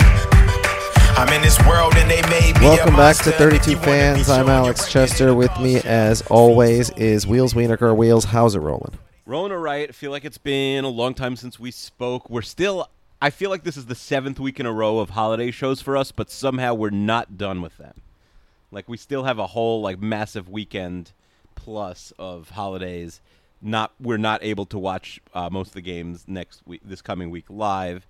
I'm in this world and they made me Welcome back to 32 Fans. I'm Alex Chester. With me, as always, is Wheels Wienerker. Wheels, how's it rolling? Rona Wright, I feel like it's been a long time since we spoke. We're still, I feel like this is the seventh week in a row of holiday shows for us, but somehow we're not done with them. Like, we still have a whole, like, massive weekend plus of holidays. Not, we're not able to watch uh, most of the games next week, this coming week live.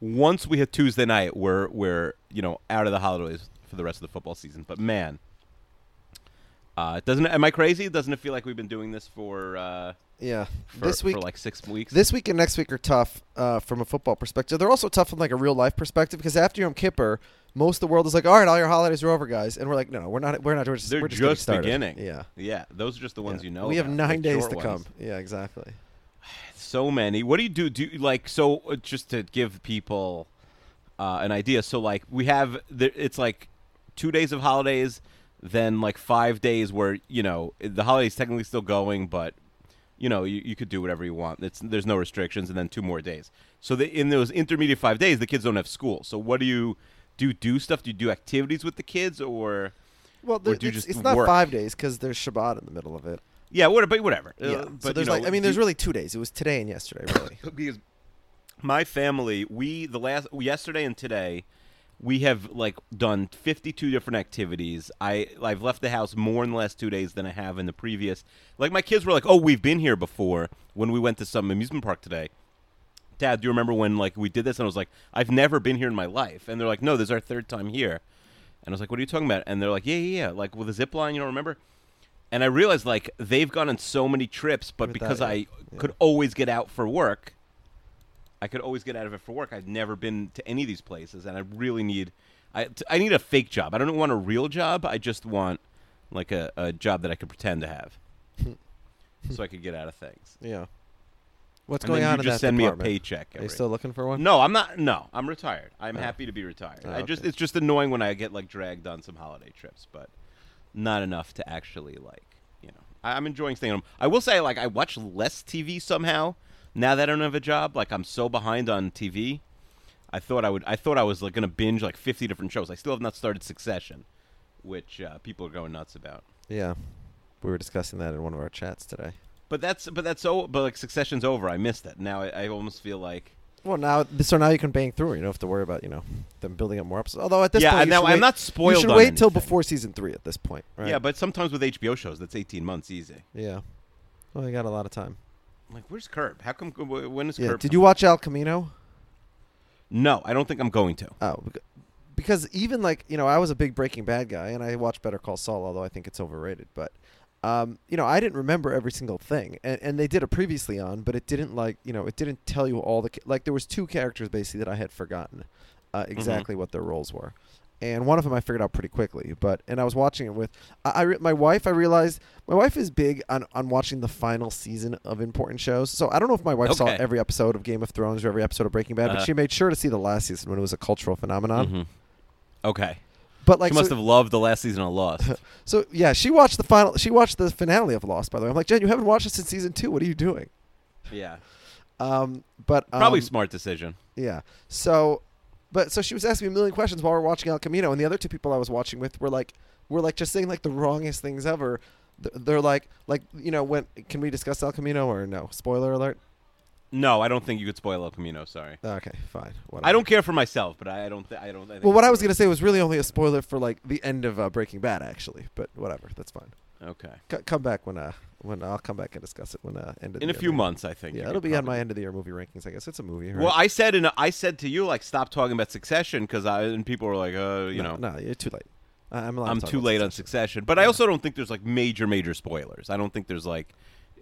Once we hit Tuesday night, we're, we're, you know, out of the holidays for the rest of the football season. But man, uh, doesn't, it- am I crazy? Doesn't it feel like we've been doing this for, uh, Yeah. for, this week, for like six weeks. this week and next week are tough uh, from a football perspective. They're also tough from like a real life perspective because after Yom Kippur, most of the world is like, "All right, all your holidays are over, guys," and we're like, "No, no, we're not. We're not. We're just, they're we're just, just, getting started." beginning. Yeah. yeah. Those are just the ones Yeah. you know. We have about, nine the days short to come. ones. Yeah, exactly. So many. What do you do? Do you, like so? uh, Just to give people uh, an idea. So like we have. The, it's like two days of holidays, then like five days where you know the holidays technically still going, but you know you, you could do whatever you want. It's there's no restrictions, and then two more days. So the, in those intermediate five days, the kids don't have school. So what do you? Do you do stuff? Do you do activities with the kids, or Well, do you there- it's, just it's not work? five days because there's Shabbat in the middle of it. Yeah, what, but whatever. Uh, Yeah. but so you there's know, like, I mean, there's you- really two days. It was today and yesterday, really. because my family, we the last yesterday and today, we have like done 52 different activities. I I've left the house more in the last two days than I have in the previous. Like my kids were like, "Oh, we've been here before." When we went to some amusement park today, Dad, do you remember when like we did this? And I was like, I've never been here in my life. And they're like, No, this is our third time here. And I was like, What are you talking about? And they're like, Yeah, yeah, yeah. Like with a zip line, you don't remember? And I realized like they've gone on so many trips, but Without because you. I could always get out for work, I could always get out of it for work. I've never been to any of these places, and I really need, I t- I need a fake job. I don't want a real job. I just want like a, a job that I could pretend to have, so I could get out of things. yeah. What's And going then on you in just that send department? me a paycheck. Are you every- still looking for one? Oh. no, I'm not. No, I'm retired. I'm happy to be retired. I just okay. it's just annoying when I get like dragged on some holiday trips, but not enough to actually like you know. I, I'm enjoying staying home. I will say like I watch less TV somehow now that I don't have a job. Like I'm so behind on TV. I thought I would. I thought I was like gonna binge like 50 different shows. I still have not started Succession, which uh, people are going nuts about. Yeah. We were discussing that in one of our chats today. But that's but that's so. But like Succession's over. I missed it. Now I, I almost feel like. Well, now so now you can bang through. You don't have to worry about you know them building up more episodes. Although at this Yeah, point, you now should I'm wait- not spoiled You should on wait till anything. before season three at this point, right? Yeah, but sometimes with HBO shows, that's 18 months easy. yeah. Well, you got a lot of time. Like, where's Curb? How come? wh- When is Yeah. Curb? Did come- you watch El Camino? No, I don't think I'm going to. Oh, bec- because even like you know, I was a big Breaking Bad guy, and I watched Better Call Saul, although I think it's overrated. But um, you know, I didn't remember every single thing, and, and they did a previously on, but it didn't like you know, it didn't tell you all the ca- like there was two characters basically that I had forgotten uh, Mm-hmm. exactly what their roles were. And one of them I figured out pretty quickly, but and I was watching it with I, I re- my wife. I realized my wife is big on, on watching the final season of important shows. So I don't know if my wife saw Okay. every episode of Game of Thrones or every episode of Breaking Bad, but Uh-huh. Mm-hmm. she made sure to see the last season when it was a cultural phenomenon. Okay. But She like, must so, have loved the last season of Lost. so yeah, she watched the final. She watched the finale of Lost. By the way, I'm like, Jen, you haven't watched it since season two. What are you doing? yeah. Um, but um, Probably smart decision. Yeah. So But so she was asking me a million questions while we are watching El Camino, and the other two people I was watching with were like, were like just saying like the wrongest things ever. Th- They're like, like you know, when can we discuss El Camino or no? Spoiler alert. No, I don't think you could spoil El Camino. Sorry, Okay, fine. I whatever. don't care for myself, but I I don't. Th- I don't. I think Well, what it's I was worth gonna say was really only a spoiler for like the end of uh, Breaking Bad, actually. But whatever, that's fine. it. Okay. C- come back when uh when I'll come back and discuss it when uh end of the In a year few movie. months, I think. you Yeah, could it'll be on probably- my end of the year movie rankings. I guess it's a movie. Right? Well, I said, and I said to you, like, stop talking about Succession, because I and people were like, uh, you no, know, no, you're too late. I- I'm, allowed I'm to talk too about late on Succession. Succession. But I also don't think there's like major, major spoilers. I don't think there's like,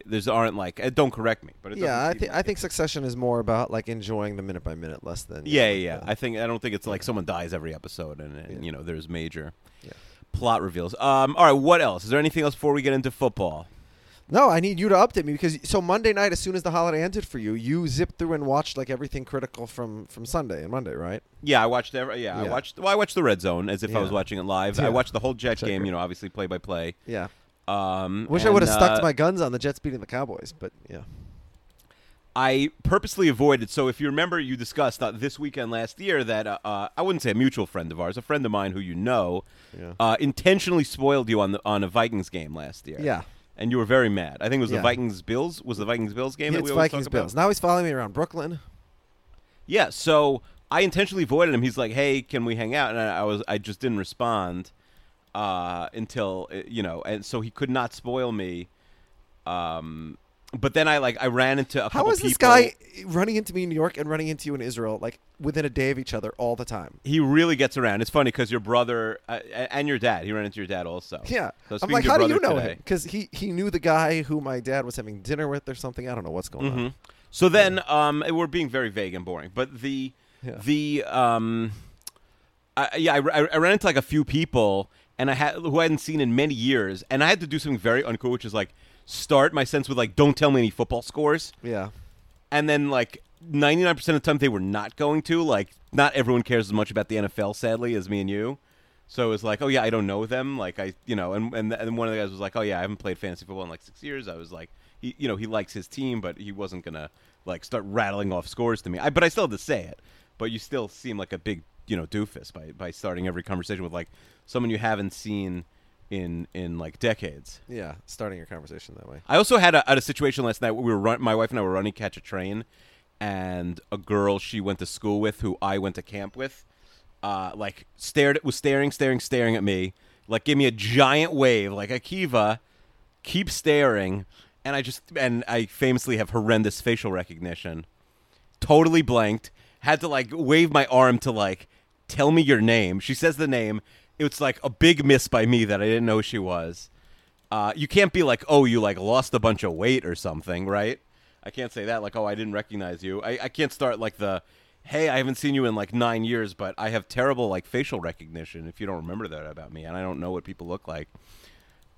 there's aren't like. uh, Don't correct me, but it doesn't Yeah, I seem think like I it. think Succession is more about like enjoying the minute by minute, less than you Yeah, know, yeah, yeah. the- I think I don't think it's like someone dies every episode, and, and you know, there's major Yeah. plot reveals. Um, all right, what else? Is there anything else before we get into football? No, I need you to update me because so Monday night, as soon as the holiday ended for you, you zipped through and watched like everything critical from from Sunday and Monday, right? Yeah, I watched every. Yeah, I Yeah. watched. Well, I watched the Red Zone as if I was Yeah. watching it live. Yeah. I watched the whole Jet game. Checker. You know, obviously play by play. Yeah. Um, Wish I and, would have stuck uh, to my guns on the Jets beating the Cowboys, but yeah. I purposely avoided. So, if you remember, you discussed uh, this weekend last year that uh, uh, I wouldn't say a mutual friend of ours, a friend of mine who you know, Yeah. uh, intentionally spoiled you on the on a Vikings game last year. Yeah. and you were very mad. I think it was Yeah. the Vikings Bills. Was the Vikings Bills game that It's we always Vikings talk about? Bills. Now he's following me around Brooklyn. Yeah, so I intentionally avoided him. He's like, "Hey, can we hang out?" And I, I was, I just didn't respond uh, until uh, you know, and so he could not spoil me. Um, but then I like I ran into a How couple is this people. guy running into me in New York and running into you in Israel like within a day of each other all the time? He really gets around. It's funny because your brother uh, a- and your dad. He ran into your dad also. Yeah. So I'm speaking like, to your how do you brother know today- him? Because he, he knew the guy who my dad was having dinner with or something. I don't know what's going on. Mm-hmm. Hmm? So then, um, we're being very vague and boring. But the Yeah. the um, I, yeah, I, I I ran into like a few people and I had who I hadn't seen in many years, and I had to do something very uncool, which is like start my sense with like, don't tell me any football scores, Yeah. and then like. 99% of the time they were not going to like not everyone cares as much about the NFL sadly as me and you. So it was like, oh yeah, I don't know them. Like I, you know, and and, and one of the guys was like, oh yeah, I haven't played fantasy football in like six years. I was like, he, you know, he likes his team, but he wasn't gonna like start rattling off scores to me. I, but I still had to say it. But you still seem like a big, you know, doofus by by starting every conversation with like someone you haven't seen in in like decades. Yeah. Starting your conversation that way. I also had a, had a situation last night. Where we were run, my wife and I were running catch a train, and a girl she went to school with, who I went to camp with, uh, like stared was staring, staring, staring at me, like gave me a giant wave, like Akiva, keep staring, and I just and I famously have horrendous facial recognition, totally blanked, had to like wave my arm to like tell me your name. She says the name. It was like a big miss by me that I didn't know who she was. Uh, you can't be like, oh, you like lost a bunch of weight or something, right? I can't say that. Like, oh, I didn't recognize you. I, I can't start like the, hey, I haven't seen you in like nine years, but I have terrible like facial recognition if you don't remember that about me, and I don't know what people look like.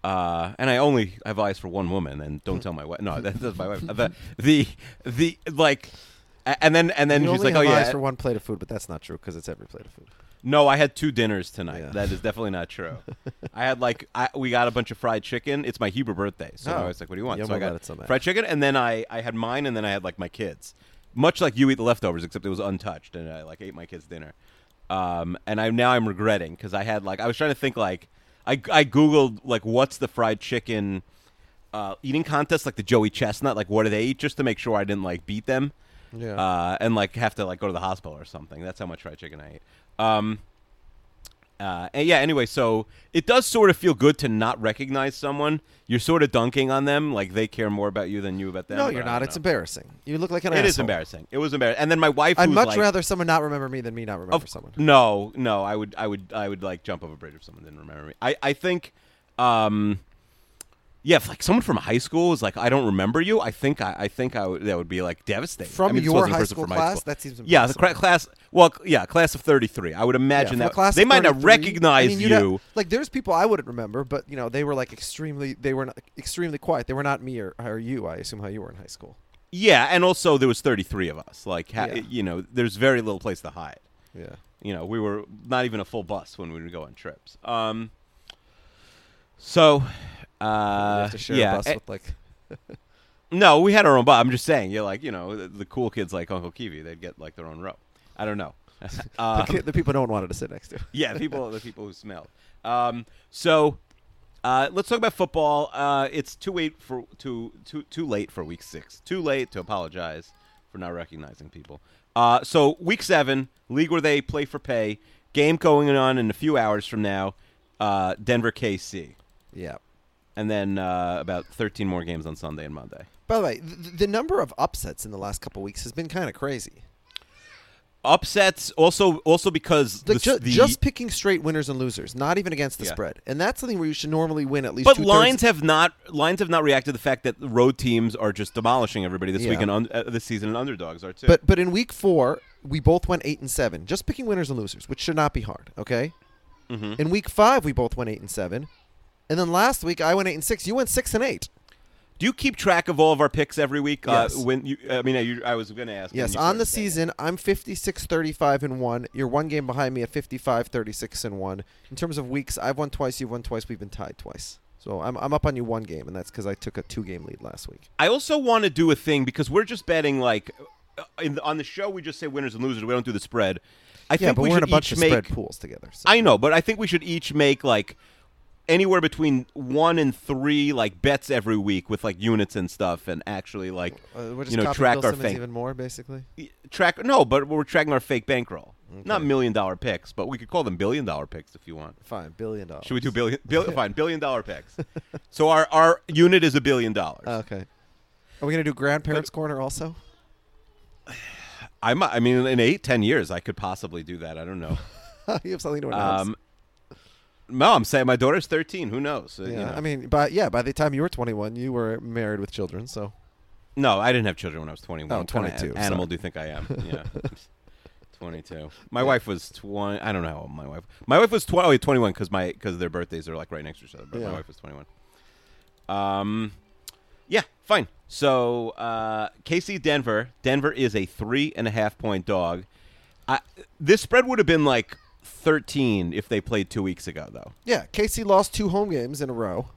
Uh, and I only have eyes for one woman, and don't tell my wife. No, that, that's my wife. The the the like, a- and then and then you she's only like, oh have yeah, eyes for one plate of food, but that's not true because it's every plate of food. no, I had two dinners tonight. Yeah. That is definitely not true. I had like I, we got a bunch of fried chicken. It's my Hebrew birthday, so I Oh. was like, "What do you want?" Yum, so I we'll let got it somehow. fried chicken, and then I I had mine, and then I had like my kids. Much like you eat the leftovers, except it was untouched, and I like ate my kids' dinner. Um, and I now I'm regretting because I had like I was trying to think like I I googled like what's the fried chicken uh, eating contest like the Joey Chestnut like what do they eat just to make sure I didn't like beat them. Yeah. Uh, and like have to like go to the hospital or something. That's how much fried chicken I ate. Um, uh, and yeah. Anyway, so it does sort of feel good to not recognize someone. You're sort of dunking on them, like they care more about you than you about them. no, but you're I not. don't It's know. embarrassing. You look like an It asshole. is embarrassing. It was embarrassing. And then my wife. I'd who's much like- rather someone not remember me than me not remember of- someone. No, no, I would, I would, I would like jump off a bridge if someone didn't remember me. I, I think, um, yeah, if like someone from high school was like, I don't remember you. I think, I, I think I would, that would be like devastating. From I mean, this your wasn't a high person school from class? That seems yeah, the cra- impossible. class. Well, c- yeah, class of thirty three. I would imagine Yeah, from that a class they of might not 33, recognize I mean, you'd you. have- like there's people I wouldn't remember, but you know they were like extremely they were not, extremely quiet. They were not me or, or you. I assume how you were in high school. yeah, and also there was thirty three of us. Like, ha- Yeah. you know, there's very little place to hide. Yeah. you know, we were not even a full bus when we would go on trips. Um, so, you uh, have to share yeah, a bus eh, with like no, we had our own bus. I'm just saying, you're like, you know, the, the cool kids like Uncle Kiwi, they'd get like their own row. I don't know. Um, the, ki- the people no one wanted to sit next to. yeah, people the people who smell. Um, so uh, let's talk about football. Uh, it's too late for too too too late for week six. Too late to apologize for not recognizing people. Uh, so week seven, league where they play for pay. Game going on in a few hours from now. Uh, Denver KC, Yeah. and then uh, about 13 more games on Sunday and Monday. By the way, the, the number of upsets in the last couple weeks has been kind of crazy. Upsets also also because Like the, ju- the- just picking straight winners and losers, not even against the Yeah. spread, and that's something where you should normally win at least. But two-thirds- lines have not lines have not reacted to the fact that road teams are just demolishing everybody this Yeah. week and un, uh, this season, and underdogs are too. But but in week four, we both went eight and seven, just picking winners and losers, which should not be hard. Okay. Mm-hmm. In week five, we both went eight and seven, and then last week I went eight and six. You went six and eight. do you keep track of all of our picks every week? Yes. Uh, when you, I mean, uh, you, I was going to ask. when Yes, you on started the saying it. season, I'm 56 35 and 1. You're one game behind me at 55 36 and 1. In terms of weeks, I've won twice, you've won twice, we've been tied twice. So I'm, I'm up on you one game, and that's because I took a two game lead last week. I also want to do a thing because we're just betting like uh, in the, on the show we just say winners and losers. We don't do the spread. I yeah, think but we we're in should a bunch each of make. spread pools together. So. I know, but I think we should each make like anywhere between one and three like bets every week with like units and stuff, and actually like Uh, we're just you know copying track Bill our Simmons fake even more, basically. track. No, but we're tracking our fake bankroll. Not million dollar picks, but we could call them billion dollar picks if you want. Fine, billion dollars. Should we do billion? billion fine, billion dollar picks. so our our unit is a billion dollars. Oh, Okay. Are we going to do grandparents' corner also? I might. I mean, in eight, ten years, I could possibly do that. I don't know. you have something to announce. Um, no, I'm saying my daughter's 13. Who knows? Uh, you yeah, know. I mean, by, yeah, by the time you were 21, you were married with children, so. no, I didn't have children when I was 21. Oh, What kind of 22, an- animal sorry. do you think I am? Yeah. 22. My wife was 20. I don't know how old my wife. My wife was 20, oh, 21 because my because their birthdays are like right next to each other. But my Yeah. wife was 21. Um, yeah, fine. So uh, KC Denver. Denver is a three and a half point dog. I, this spread would have been like 13 if they played two weeks ago, though. Yeah, KC lost two home games in a row.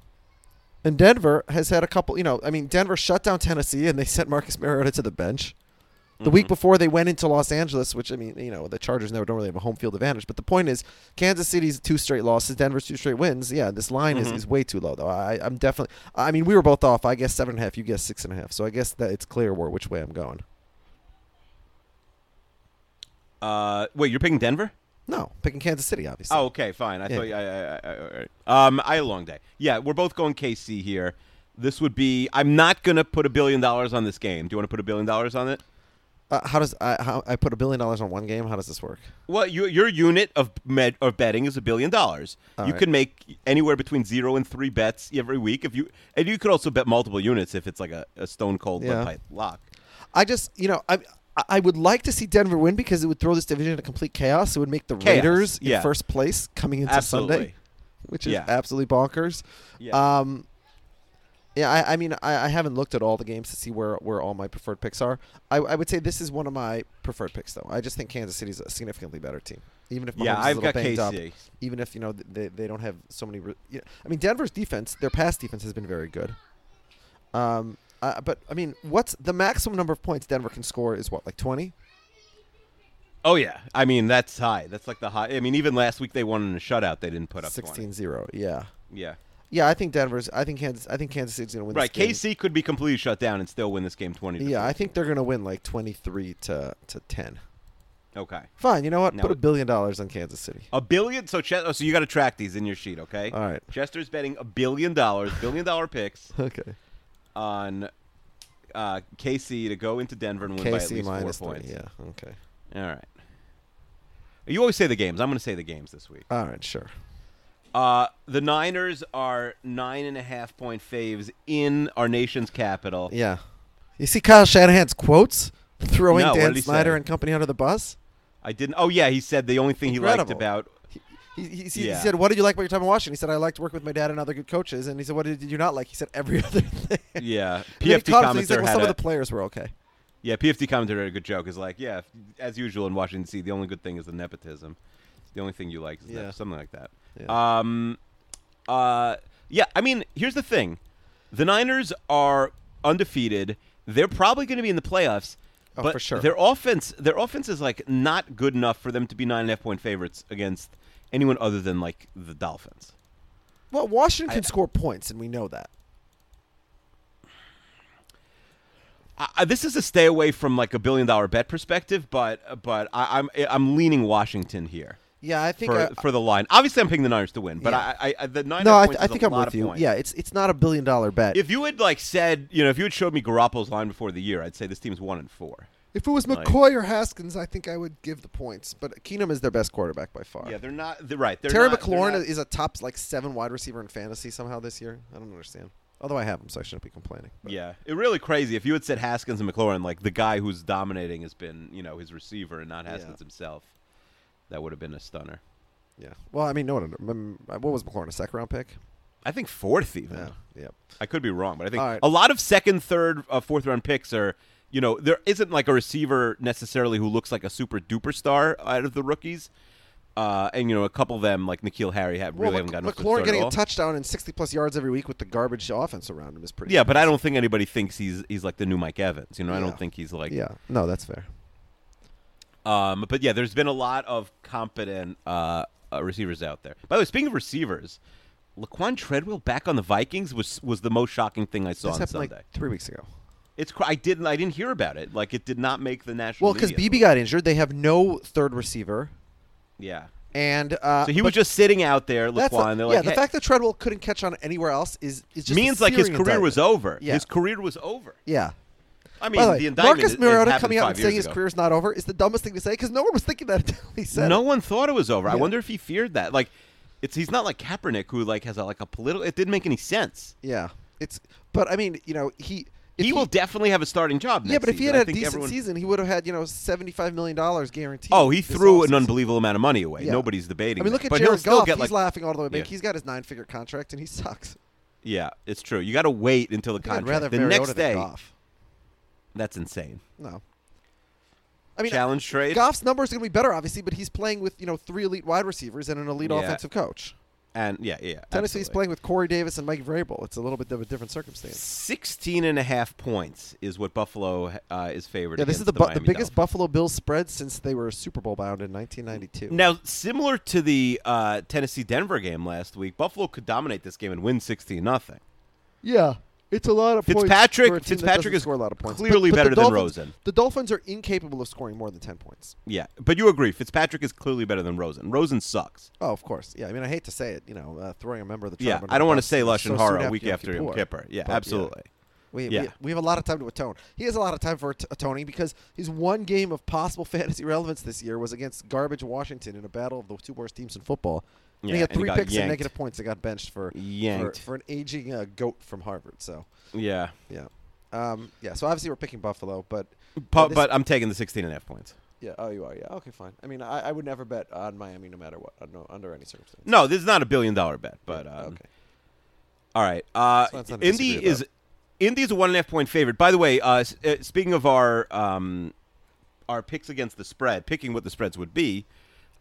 And Denver has had a couple, you know, I mean, Denver shut down Tennessee and they sent Marcus Mariota to the bench. The week before they went into Los Angeles, which I mean, you know, the Chargers never don't really have a home field advantage. But the point is, Kansas City's two straight losses, Denver's two straight wins. Yeah, this line is, is way too low though. I, I'm definitely, I mean, we were both off. I guess seven and a half. You guessed six and a half. So I guess that it's clear where which way I'm going. Uh, wait, you're picking Denver? No, picking Kansas City, obviously. Oh, okay, fine. I Yeah. thought. Yeah, yeah, yeah, yeah, all right. Um, I had a long day. Yeah, we're both going KC here. This would be. I'm not gonna put a billion dollars on this game. Do you want to put a billion dollars on it? uh, how does I, how, I put a billion dollars on one game? How does this work? Well, you, your unit of med, of betting is a billion dollars. All you right. can make anywhere between zero and three bets every week. If you and you could also bet multiple units if it's like a, a stone cold Yeah. pipe lock. I just, you know, I I- I would like to see Denver win because it would throw this division into complete chaos. It would make the Chaos, Raiders yeah. in first place coming into Sunday, Absolutely. which is Yeah. absolutely bonkers. Yeah. Um, yeah, I, I mean, I, I haven't looked at all the games to see where, where all my preferred picks are. I, I would say this is one of my preferred picks, though. I just think Kansas City's a significantly better team, even if Mahomes Yeah, is a I've little got banged up. KC. Even if you know th- they, they don't have so many, re- you know, I mean, Denver's defense, their pass defense has been very good. Um, uh, but I mean, what's the maximum number of points Denver can score? Is what like twenty? Oh yeah. I mean that's high. That's like the high. I mean even last week they won in a shutout. They didn't put up 20. 16-0. Yeah, Yeah. yeah. I think Denver's. I think Kansas. I think Kansas City's gonna win. Right, this game. KC could be completely shut down and still win this game twenty. To Yeah, I 14. think they're gonna win like twenty three to to ten. Okay, Fine. You know what? Now Put a it- billion dollars on Kansas City. a billion. So, Ch- so you got to track these in your sheet, okay? All right. Chester's betting a billion dollars, billion dollar picks Okay. on uh, KC to go into Denver and win by at KC least minus four three. points. Yeah. Okay. All right. You always say the games. I'm going to say the games this week. All right. Sure. Uh, the Niners are nine and a half point faves in our nation's capital. Yeah. You see Kyle Shanahan's quotes throwing No, what did Dan he Snyder say? and company under the bus. I didn't. Oh yeah, he said the only thing he Incredible. liked about He, he, he Yeah. said, "What did you like about your time in Washington?" He said, "I liked working with my dad and other good coaches." And he said, "What did you not like?" He said, "Every other thing." And yeah then he PFT caught himself, he's like, commenter well, had some a- of the players were okay. Yeah, PFT commentator had a good joke. Is like, yeah, if, as usual in Washington D.C., the only good thing is the nepotism. It's the only thing you like is Yeah. nep- something like that. Yeah. Um, uh, yeah. I mean, here's the thing: the Niners are undefeated. They're probably going to be in the playoffs. Oh, but for sure. their offense, their offense is like not good enough for them to be nine and a half point favorites against anyone other than like the Dolphins. Well, Washington can score points, and we know that. I, I- this is a stay away from like a billion dollar bet perspective, but but I, I'm I'm leaning Washington here Yeah, I think. for, I, for the line. Obviously, I'm picking the Niners to win, but Yeah. I, I, I the nine. no, I, points I is a think I'm lot with of you. points. Yeah, it's it's not a billion dollar bet. If you had like said, you know, if you had showed me Garoppolo's line before the year, I'd say this team's one and four. If it was Like- McCoy or Haskins, I think I would give the points. But Keenum is their best quarterback by far. Yeah, they're not. They're right. They're Terry not- they're McLaurin not- is a top like seven wide receiver in fantasy somehow this year. I don't understand. Although I have him, so I shouldn't be complaining. But- Yeah, it really crazy. If you had said Haskins and McLaurin, like the guy who's dominating has been, you know, his receiver and not Haskins himself, that would have been a stunner. yeah. Well, I mean, no one. mm, What was McLaurin a second round pick? I think fourth even. Yeah. Yep. I could be wrong, but I think All right. a lot of second, third, uh, fourth round picks are, you know, there isn't like a receiver necessarily who looks like a super duper star out of the rookies. Uh, and you know, a couple of them like Nikhil Harry have really well, haven't gotten off to a McLaurin start getting at all. a touchdown and sixty plus yards every week with the garbage offense around him is pretty. Yeah, but I don't think anybody thinks he's he's like the new Mike Evans. You know, I Yeah. don't think he's like. yeah. No, that's fair. Um, but yeah, there's been a lot of competent uh, uh, receivers out there. By the way, speaking of receivers, Laquan Treadwell back on the Vikings was was the most shocking thing I saw this on happened Sunday. like three weeks ago. It's cr- I didn't I didn't hear about it. Like it did not make the national. Well, because media. BB got injured, they have no third receiver, Yeah. and uh, So he but was just sitting out there, that's Laquan. the, They're yeah. like, the "Hey," fact that Treadwell couldn't catch on anywhere else is, is just a means like his searing career was indictment. over. Yeah. His career was over. Yeah. I By mean, the the way, indictment Marcus is- it Mariota happened coming out five and years saying his ago. career's not over is the dumbest thing to say because no one was thinking that until he said no it. one thought it was over. I Yeah. wonder if he feared that. Like, it's he's not like Kaepernick who like has a, like a political. It didn't make any sense. Yeah, it's but I mean, you know, he if He, will definitely have a starting job. Next yeah, but if he season. had I a think decent everyone- season, he would have had you know seventy five million dollars guaranteed. Oh, he this threw an offseason. unbelievable amount of money away. Yeah. Nobody's debating. I mean, that. look at but he'll Jared still Goff. get He's like laughing all the way back. Yeah. He's got his nine figure contract and he sucks. yeah, it's true. You got to wait until the I think I'd contract. rather have the Mariota next than day, Goff. that's insane. No. I mean, Challenge trade. Goff's numbers are going to be better, obviously, but he's playing with you know three elite wide receivers and an elite Yeah. offensive coach. and yeah, yeah. Tennessee's absolutely. playing with Corey Davis and Mike Vrabel. It's a little bit of a different circumstance. 16 and a half points is what Buffalo uh, is favored. Yeah, this is the against bu- the Miami biggest Dolphins. Buffalo Bills spread since they were Super Bowl bound in 1992. Now, similar to the uh, Tennessee Denver game last week, Buffalo could dominate this game and win 16 nothing. Yeah, it's a lot of points Fitzpatrick- for a team that Fitzpatrick doesn't is score a lot of points. clearly But- but better the than Dolphins- Rosen. The Dolphins are incapable of scoring more than 10 points. Yeah, but you agree Fitzpatrick is clearly better than Rosen. Rosen sucks. Oh, of course. Yeah, I mean, I hate to say it, you know, uh, throwing a member of the tribe. Yeah, under I the don't want to bus say Lush so and soon Hara a week Yom after Yom Kippur. Yeah, But, absolutely. We, we, Yeah. we have a lot of time to atone. He has a lot of time for at- atoning because his one game of possible fantasy relevance this year was against garbage Washington in a battle of the two worst teams in football. and Yeah, he had and he three got picks and yanked. negative points and got benched for for, Yanked. for an aging uh, goat from Harvard. So Yeah, yeah, um, yeah. So obviously we're picking Buffalo, but but, this- but I'm taking the 16 and a half points. yeah. Oh, you are. Yeah. Okay, fine. I mean, I, I would never bet on Miami no matter what, uh, no, under any circumstance. No, this is not a billion dollar bet, but um, okay. all right. Uh, So that's something to Indy disagree is about. Indy is a one and a half point favorite. By the way, uh, s- uh, speaking of our um, our picks against the spread, picking what the spreads would be,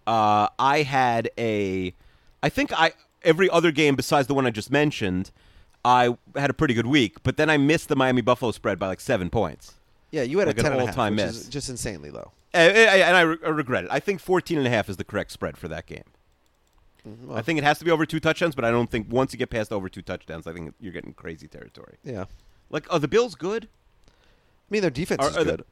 uh, I had a, I think I every other game besides the one I just mentioned, I had a pretty good week, but then I missed the Miami Buffalo spread by like seven points. Yeah, you had Like a an ten and a half, all-time which miss. is just insanely low. And, and I, re- I regret it. I think 14 and a half is the correct spread for that game. Mm-hmm. I think it has to be over two touchdowns, but I don't think once you get past over two touchdowns, I think you're getting crazy territory. Yeah. I Like, are the Bills good? mean, their defense Are- is are the- good.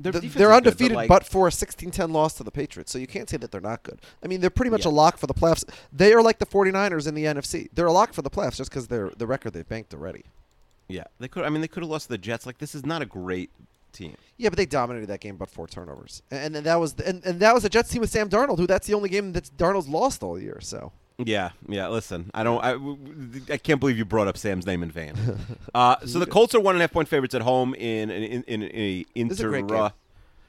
Their Th- defense they're is good, undefeated, but, like, but for a 16-10 loss to the Patriots, so you can't say that they're not good. I mean, they're pretty much Yeah. a lock for the playoffs. They are like the 49ers in the NFC. They're a lock for the playoffs just because they're the record they've banked already. yeah, they could. I mean, they could have lost to the Jets. Like, this is not a great team. Yeah, but they dominated that game, but four turnovers, A- and, and that was the, and, and that was a Jets team with Sam Darnold, who that's the only game that Darnold's lost all year. So Yeah, yeah. Listen, I don't. I, w- w- I can't believe you brought up Sam's name in vain. Uh, so the Colts are one and a half point favorites at home in an in, in, a This is a inter. great game.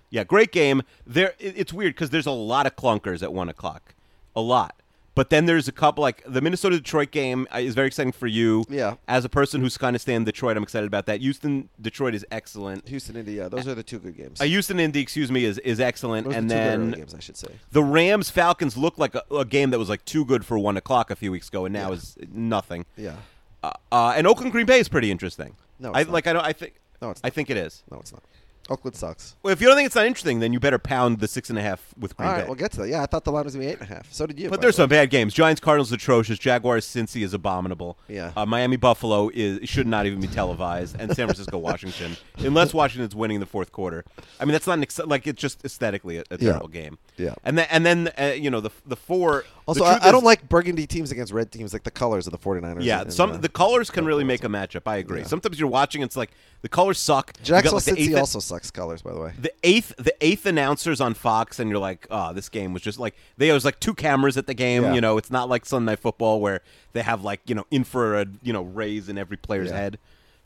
Yeah, great game. There, it- it's weird because there's a lot of clunkers at one o'clock, a lot. But then there's a couple like the Minnesota Detroit game uh, is very exciting for you. Yeah. As a person who's kind of staying Detroit, I'm excited about that. Houston Detroit is excellent. Houston, Indy, yeah, those are the two good games. Uh, Houston Indy, excuse me, is is excellent. those are and the two good then early games, I should say. the Rams Falcons looked like a, a game that was like too good for one o'clock a few weeks ago, and now Yeah. is nothing. Yeah, Uh, uh, and Oakland Green Bay is pretty interesting. No, I it's not. like. I don't. I think. No, it's I not. think it is. no, it's not. Oakland sucks. Well, if you don't think it's not interesting, then you better pound the six and a half with Green All right, Bay. we'll get to that. Yeah, I thought the line was gonna be eight and a half. So did you. by the but there's way. some bad games. Giants Cardinals atrocious. Jaguars Cincy is abominable. Yeah. Uh, Miami Buffalo is should not even be televised, and San Francisco Washington, unless Washington's winning the fourth quarter. I mean, that's not an ex- like it's just aesthetically a, Yeah. a terrible game. Yeah. And then and then uh, you know the the four. Also, the I, truth I don't is- like burgundy teams against red teams, like the colors of the 49ers. Yeah, and- and, some uh, the colors can really make a matchup. I agree. Sometimes you're watching, it's like the colors suck. You got, Jacksonville like, the City eighth- also sucks colors, by the way. the eighth the eighth announcers on Fox, and you're like, oh, this game was just like they it was like two cameras at the game. Yeah. You know, it's not like Sunday Night Football where they have like you know infrared you know rays in every player's Yeah. head.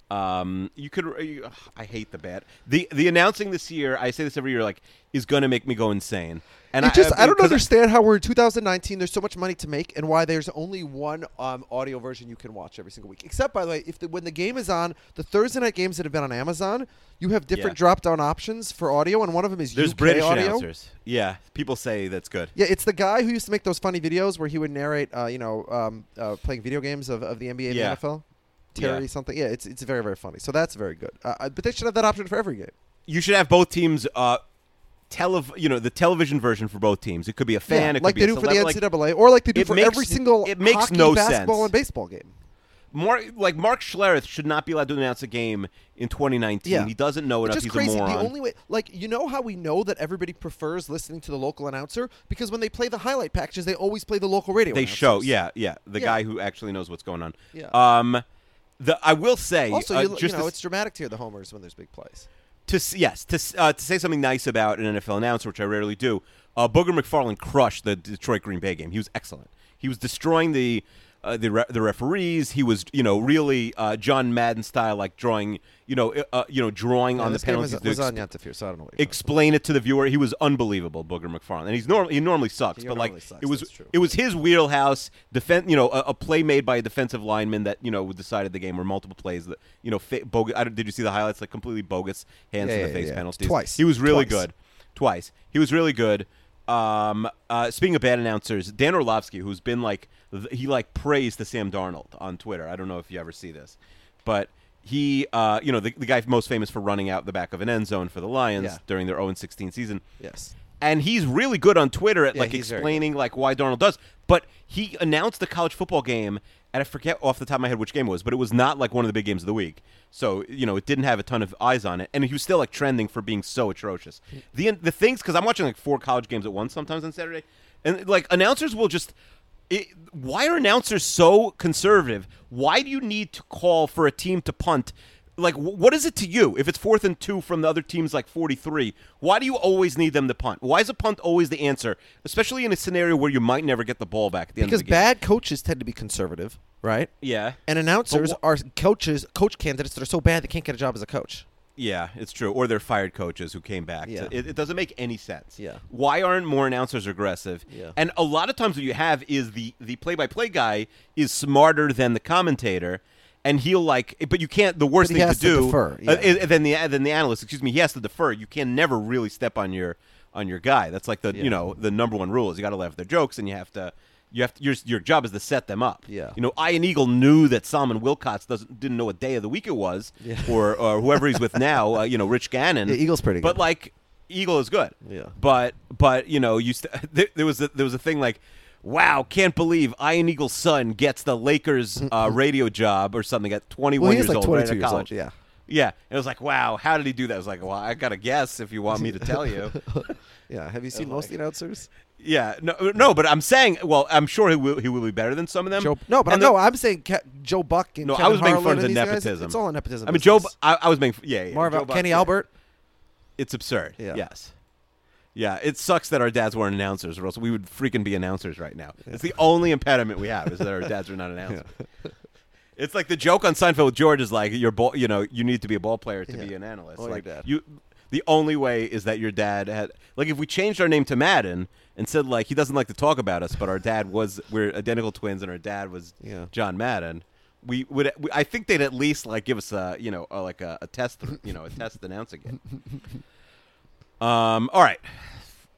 Um, you could. You, ugh, I hate the bat. The the announcing this year, I say this every year, like is going to make me go insane. And uh, It just I, don't because understand how we're in 2019. There's so much money to make, and why there's only one um, audio version you can watch every single week. Except, by the way, if the, when the game is on, the Thursday night games that have been on Amazon, you have different Yeah. drop down options for audio, and one of them is There's UK British audio. announcers. Yeah, people say that's good. Yeah, it's the guy who used to make those funny videos where he would narrate, uh, you know, um, uh, playing video games of, of the NBA Yeah. and the NFL. Terry Yeah. something. Yeah, it's it's very very funny. So that's very good. Uh, I- but they should have that option for every game. you should have both teams uh tele you know the television version for both teams it could be a fan yeah, it could like be they a do for the celeb- like, NCAA, or like they do it for makes- every single it makes hockey, no basketball sense. and baseball game. more like mark schlereth should not be allowed to announce a game in 2019 Yeah. he doesn't know It's just enough he's crazy. a moron The only way, like, you know how we know that everybody prefers listening to the local announcer because when they play the highlight packages, they always play the local radio. they show announcers. yeah yeah the Yeah. guy who actually knows what's going on Yeah. um the i will say Also, uh, you, you just know, this- it's dramatic to hear the homers when there's big plays. to s- yes to s- uh, to say something nice about an NFL announcer, which I rarely do. Uh, Booger McFarland crushed the Detroit Green Bay game. He was excellent. He was destroying the uh, the re- the referees. He was you know really uh, John Madden style, like drawing you know uh, uh, you know drawing on And the this game was, penalties. to was exp- on Yantafir, so I don't know. What you're talking about. Explain it to the viewer. He was unbelievable, Booger McFarland, and he's normal. He normally sucks, He but normally like sucks, it was, that's true. it was his wheelhouse. Defense, you know, a, a play made by a defensive lineman that you know decided the game, or multiple plays that you know, fa- bogus. I don't, did you see the highlights? Like completely bogus hands Yeah, in the yeah, face yeah. penalties. Twice. He was really Twice. good. Twice. He was really good. Um, uh, speaking of bad announcers, Dan Orlovsky, who's been like th- he like praised to Sam Darnold on Twitter. I don't know if you ever see this, but he, uh, you know, the, the guy most famous for running out the back of an end zone for the Lions Yeah. during their 0 16 season. Yes. And he's really good on Twitter at Yeah, like he's very explaining like why Darnold does. But he announced the college football game, and I forget off the top of my head which game it was, but it was not like one of the big games of the week. So you know it didn't have a ton of eyes on it, and he was still like trending for being so atrocious. The the things because I'm watching like four college games at once sometimes on Saturday, and like announcers will just. It, why are announcers so conservative? Why do you need to call for a team to punt? Like, wh- what is it to you if it's fourth and two from the other team's like 43? Why do you always need them to punt? Why is a punt always the answer, especially in a scenario where you might never get the ball back at the Because end of the game? bad coaches tend to be conservative, right? Yeah. And announcers But wh- are coaches, coach candidates that are so bad they can't get a job as a coach. Yeah, it's true. Or they're fired coaches who came back. Yeah. It, it doesn't make any sense. Yeah. Why aren't more announcers aggressive? Yeah. And a lot of times what you have is the the play by play guy is smarter than the commentator. And he'll like, but you can't. The worst But he thing has to to do defer, yeah. uh, i- than the than the analyst. Excuse me, he has to defer. You can never really step on your on your guy. That's like the you know the number one rule is you got to laugh at their jokes and you have to you have to, your your job is to set them up. Yeah. You know, Ian Eagle knew that Solomon Wilcox doesn't didn't know what day of the week it was, or or whoever he's with now. Uh, you know, Rich Gannon. Yeah, Eagle's pretty But good. like, Eagle is good. Yeah. But but you know, you st- there, there was a, there was a thing like. Wow, can't believe Ian Eagle's son gets the Lakers uh, radio job or something at 21 Well, he years is like old. 22 right out of years old. college. Yeah. Yeah. It was like, wow, how did he do that? I was like, well, I got to guess if you want me to tell you. Yeah. Have you seen most of the announcers? yeah. No, no, but I'm saying, well, I'm sure he will, he will be better than some of them. Joe, no, but Um, And no, the- I'm saying Ca- Joe Buck and No, I Kevin was making Harlan fun of the and these guys, nepotism. it's all a nepotism. I mean, Joe, business. I, I was making, yeah, yeah. Marv, Joe Buck, Kenny yeah. Albert. It's absurd. Yeah. Yes. Yeah, it sucks that our dads weren't announcers, or else we would freaking be announcers right now. It's the only impediment we have is that our dads are not announcers. It's like the joke on Seinfeld with George is like your ball, you know, you need to be a ball player to be Yeah. an analyst. Or your like dad. you, the only way is that your dad had like if we changed our name to Madden and said like he doesn't like to talk about us, but our dad was we're identical twins and our dad was Yeah. John Madden. We would, we, I think they'd at least like give us a, you know, a, like a, a test, you know, a test announcing it. Um. All right.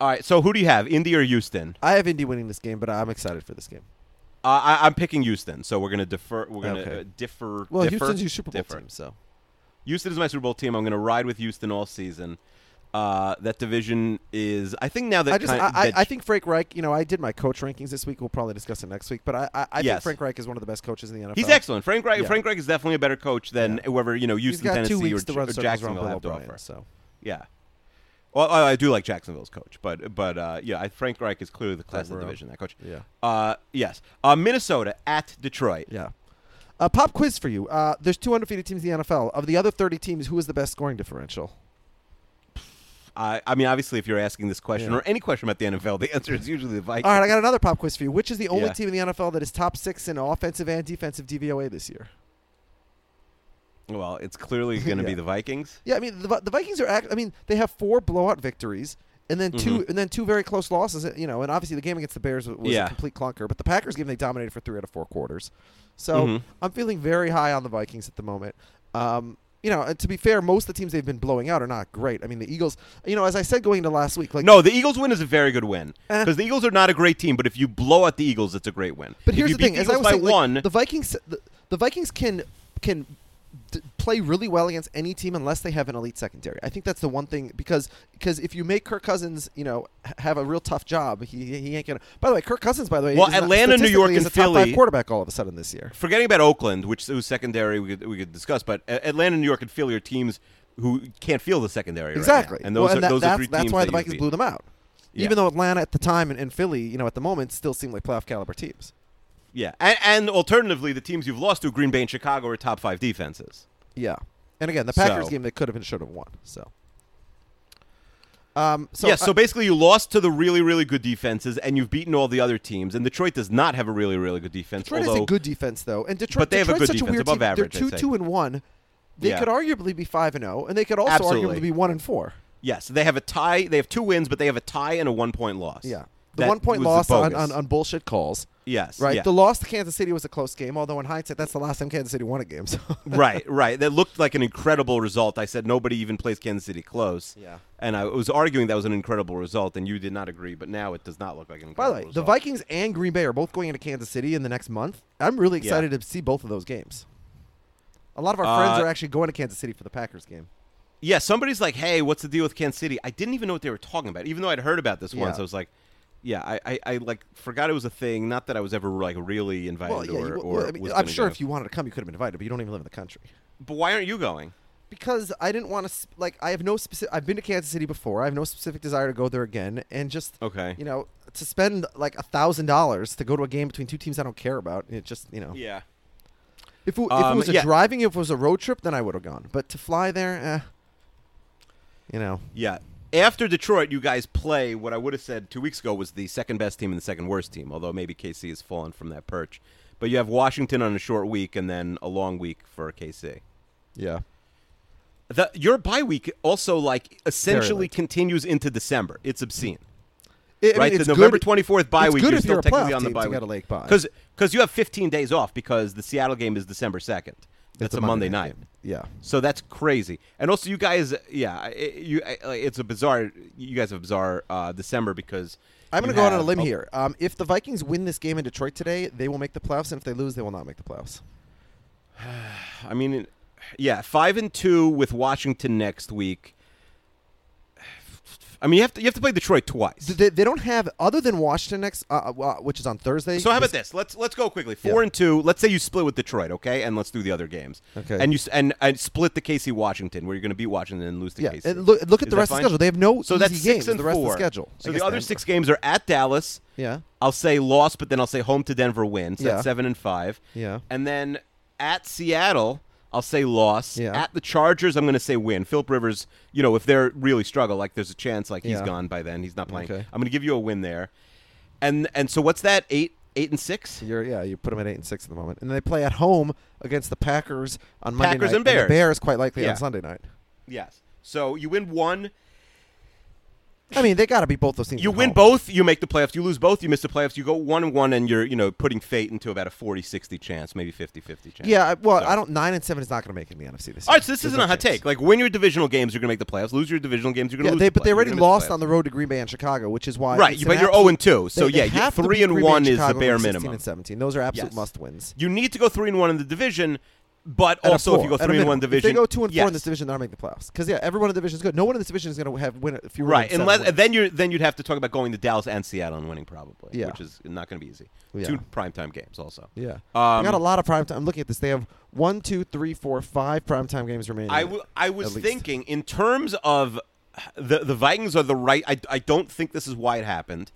All right. So who do you have, Indy or Houston? I have Indy winning this game, but I'm excited for this game. Uh, I, I'm picking Houston. So we're gonna defer. We're gonna Okay. uh, differ. Well, differ, Houston's your Super Bowl differ. team, so Houston is my Super Bowl team. I'm going to ride with Houston all season. Uh, that division is, I think now that I just kind- I, I, that- I think Frank Reich. You know, I did my coach rankings this week. We'll probably discuss it next week. But I I, I Yes. think Frank Reich is one of the best coaches in the NFL. He's excellent. Frank Reich, Yeah. Frank Reich is definitely a better coach than whoever you know He's Houston, got Tennessee, two weeks or, to J- run or circles around Jacksonville Bill have to O'Brien, offer. So Yeah. Well, I, I do like Jacksonville's coach, but but uh, yeah, I, Frank Reich is clearly the class of the Moreau. division. That coach. Yeah. Uh, yes. Uh, Minnesota at Detroit. yeah. A pop quiz for you. Uh, there's two undefeated teams in the NFL. Of the other 30 teams, who is the best scoring differential? I, I mean, obviously, if you're asking this question Yeah. or any question about the NFL, the answer is usually the Vikings. All right, I got another pop quiz for you. Which is the only Yeah. team in the NFL that is top six in offensive and defensive DVOA this year? Well, it's clearly going to be Yeah. the Vikings. Yeah, I mean the, Vi- the Vikings are. Act- I mean they have four blowout victories and then 2 and then two very close losses. You know, and obviously the game against the Bears was, was Mm-hmm. Yeah. a complete clunker. But the Packers game they dominated for three out of four quarters. So Mhm. I'm feeling very high on the Vikings at the moment. Um, you know, and to be fair, most of the teams they've been blowing out are not great. I mean the Eagles. You know, as I said going into last week, like No, the Eagles win is a very good win Eh. because the Eagles are not a great team, but if you blow out the Eagles, it's a great win. But If here's you the thing: beat as the I Eagles was by saying, like, one, the Vikings, the, the Vikings can can d- play really well against any team unless they have an elite secondary. I think that's the one thing because because if you make Kirk Cousins, you know, h- have a real tough job, he, he ain't gonna. By the way, Kirk Cousins, by the way, Well, is not- Atlanta, New York, statistically is and a top Philly- five quarterback all of a sudden this year. forgetting about Oakland, which whose secondary we could, we could discuss, but A- Atlanta, New York, and Philly are teams who can't feel the secondary. right now. Exactly, and those well, are and that- those that's, are three that's teams why that the you Vikings beat. blew them out. Yeah. Even though Atlanta at the time and, and Philly, you know, at the moment, still seem like playoff caliber teams. Yeah, and, and alternatively, the teams you've lost to, Green Bay and Chicago, are top five defenses. Yeah. And again, the Packers So- game they could have and should have won. So. Um, so yeah, I- so basically, you lost to the really, really good defenses, and you've beaten all the other teams. And Detroit does not have a really, really good defense. Detroit although has a good defense though, and Detroit. But they have a Detroit's good such defense, a weird above team. average, I'd They're two say. two and one. They Yeah. could arguably be five and zero, and they could also Absolutely. arguably be one and four. yes, they have a tie. They have two wins, but they have a tie and a one-point loss. Yeah, the That one point was the loss on, bogus. on, on bullshit calls. yes, Right, yeah. the loss to Kansas City was a close game, although in hindsight, that's the last time Kansas City won a game. So right, right. That looked like an incredible result. I said nobody even plays Kansas City close. Yeah. And I was arguing that was an incredible result, and you did not agree. But now it does not look like an By the incredible way, the result. Vikings and Green Bay are both going into Kansas City in the next month. I'm really Yeah. excited to see both of those games. A lot of our friends Uh, are actually going to Kansas City for the Packers game. yeah, somebody's like, "Hey, what's the deal with Kansas City?" I didn't even know what they were talking about, even though I'd heard about this once. Yeah. I was like, "Yeah, I, I, I like forgot it was a thing. Not that I was ever like really invited Well, yeah, or, you- well, or I mean, was I'm gonna sure go. if you wanted to come, you could have been invited, but you don't even live in the country. But why aren't you going? because I didn't want to like I have no specific. I've been to Kansas City before. I have no specific desire to go there again, and just Okay. you know, to spend like a thousand dollars to go to a game between two teams I don't care about. It just you know, Yeah. if, it, if Um, it was a yeah. driving, if it was a road trip, then I would have gone. But to fly there, eh, you know, Yeah. After Detroit, you guys play what I would have said two weeks ago was the second best team and the second worst team, although maybe KC has fallen from that perch. But you have Washington on a short week and then a long week for KC. yeah, The, your bye week also like essentially late. continues into December. It's obscene. It- I mean, right, it's the November good- twenty fourth bye it's week. good you're if still you're a technically playoff on the team bye to week get a late bye. because you have fifteen days off because the Seattle game is December second. That's It's a, Monday night. game. Yeah, So that's crazy. And also, you guys, yeah, I- I- you, I- like, it's a bizarre. You guys have a bizarre uh, December because I'm going you to go out on a have- limb oh, here. Um, if the Vikings win this game in Detroit today, they will make the playoffs, and if they lose, they will not make the playoffs. I mean, yeah, five and two with Washington next week. I mean, you have to you have to play Detroit twice. Th- They, they don't have other than Washington next, uh, uh, well, which is on Thursday. So how about this? Let's let's go quickly. Four Yeah. and two. Let's say you split with Detroit, okay, and let's do the other games. Okay. And you s- and and split the KC Washington, where you're going to beat Washington and lose to Yeah, KC. and look- look at Is the that rest of the fine? schedule. They have no So that's easy six games, and the rest of the four. schedule. So I the guess other then. six games are at Dallas. Yeah. I'll say loss, but then I'll say home to Denver win. So Yeah. that's seven and five. Yeah. And then at Seattle. I'll say loss Yeah. at the Chargers. I'm going to say win. Philip Rivers, you know, if they're really struggle, like there's a chance, like he's Yeah. gone by then. He's not playing. Okay. I'm going to give you a win there, and and so what's that? Eight, eight and six. You're, yeah, you put them at eight and six at the moment, and they play at home against the Packers on Monday Packers night, and the Bears. Bears quite likely Yeah. on Sunday night. Yes. So you win one, I mean, they got to be both those teams. you at win home. both, you make the playoffs. You lose both, you miss the playoffs. You go one and one, and you're you know putting fate into about a 40-60 chance, maybe 50-50 chance. Yeah, I- well, So- I don't. Nine and seven is not going to make it in the NFC this year. All right, so this There's isn't no a hot chance. take. Like win your divisional games, you're gonna make the playoffs. Lose your divisional games, you're gonna Yeah, lose. they, the but they playoffs. already You're gonna miss lost on the road to Green Bay and Chicago, which is why Right, it's you- an but you're absolute- 0-2, so they- they yeah, you- have to three beat and Green Bay one is the Chicago, bare which 16 minimum. And seventeen, those are absolute Yes. must wins. You need to go three and one in the division. But at a also, if four, you go at a three and minimum. one division, if they go two and four in yes. this division, they're not making the playoffs. Because yeah, everyone in the division is good. No one in this division is going to have win if you right? Unless then you then you'd have to talk about going to Dallas and Seattle and winning probably, Yeah. which is not going to be easy. Yeah. Two primetime games also. yeah, Um, they got a lot of prime time. I'm looking at this. They have one, two, three, four, five prime time games remaining. I, w- I was at least. thinking in terms of the the Vikings are the right. I, I don't think this is why it happened,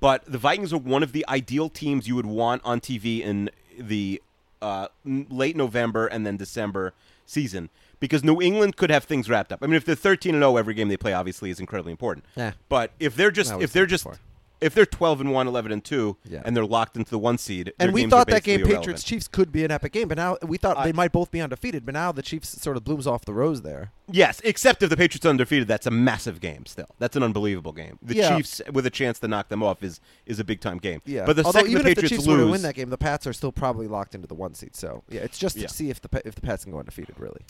but the Vikings are one of the ideal teams you would want on TV in the uh, n- late November and then December season because New England could have things wrapped up. I mean, if they're thirteen and zero every game they play, obviously is incredibly important. Yeah. But if they're just That was if they're too just far. if they're 12 and 1 11 and 2 Yeah. and they're locked into the one seed their and we games are thought that basically game irrelevant. Patriots Chiefs could be an epic game, but now we thought I- they might both be undefeated. But now the Chiefs sort of blooms off the rose there. Yes, except if the Patriots are undefeated, that's a massive game still. That's an unbelievable game. The Yeah. Chiefs with a chance to knock them off is is a big time game. Yeah, But the Although second even the if the Patriots Chiefs were lose, to win that game, the Pats are still probably locked into the one seed. So yeah, it's just Yeah. to see if the Pa- if the Pats can go undefeated really.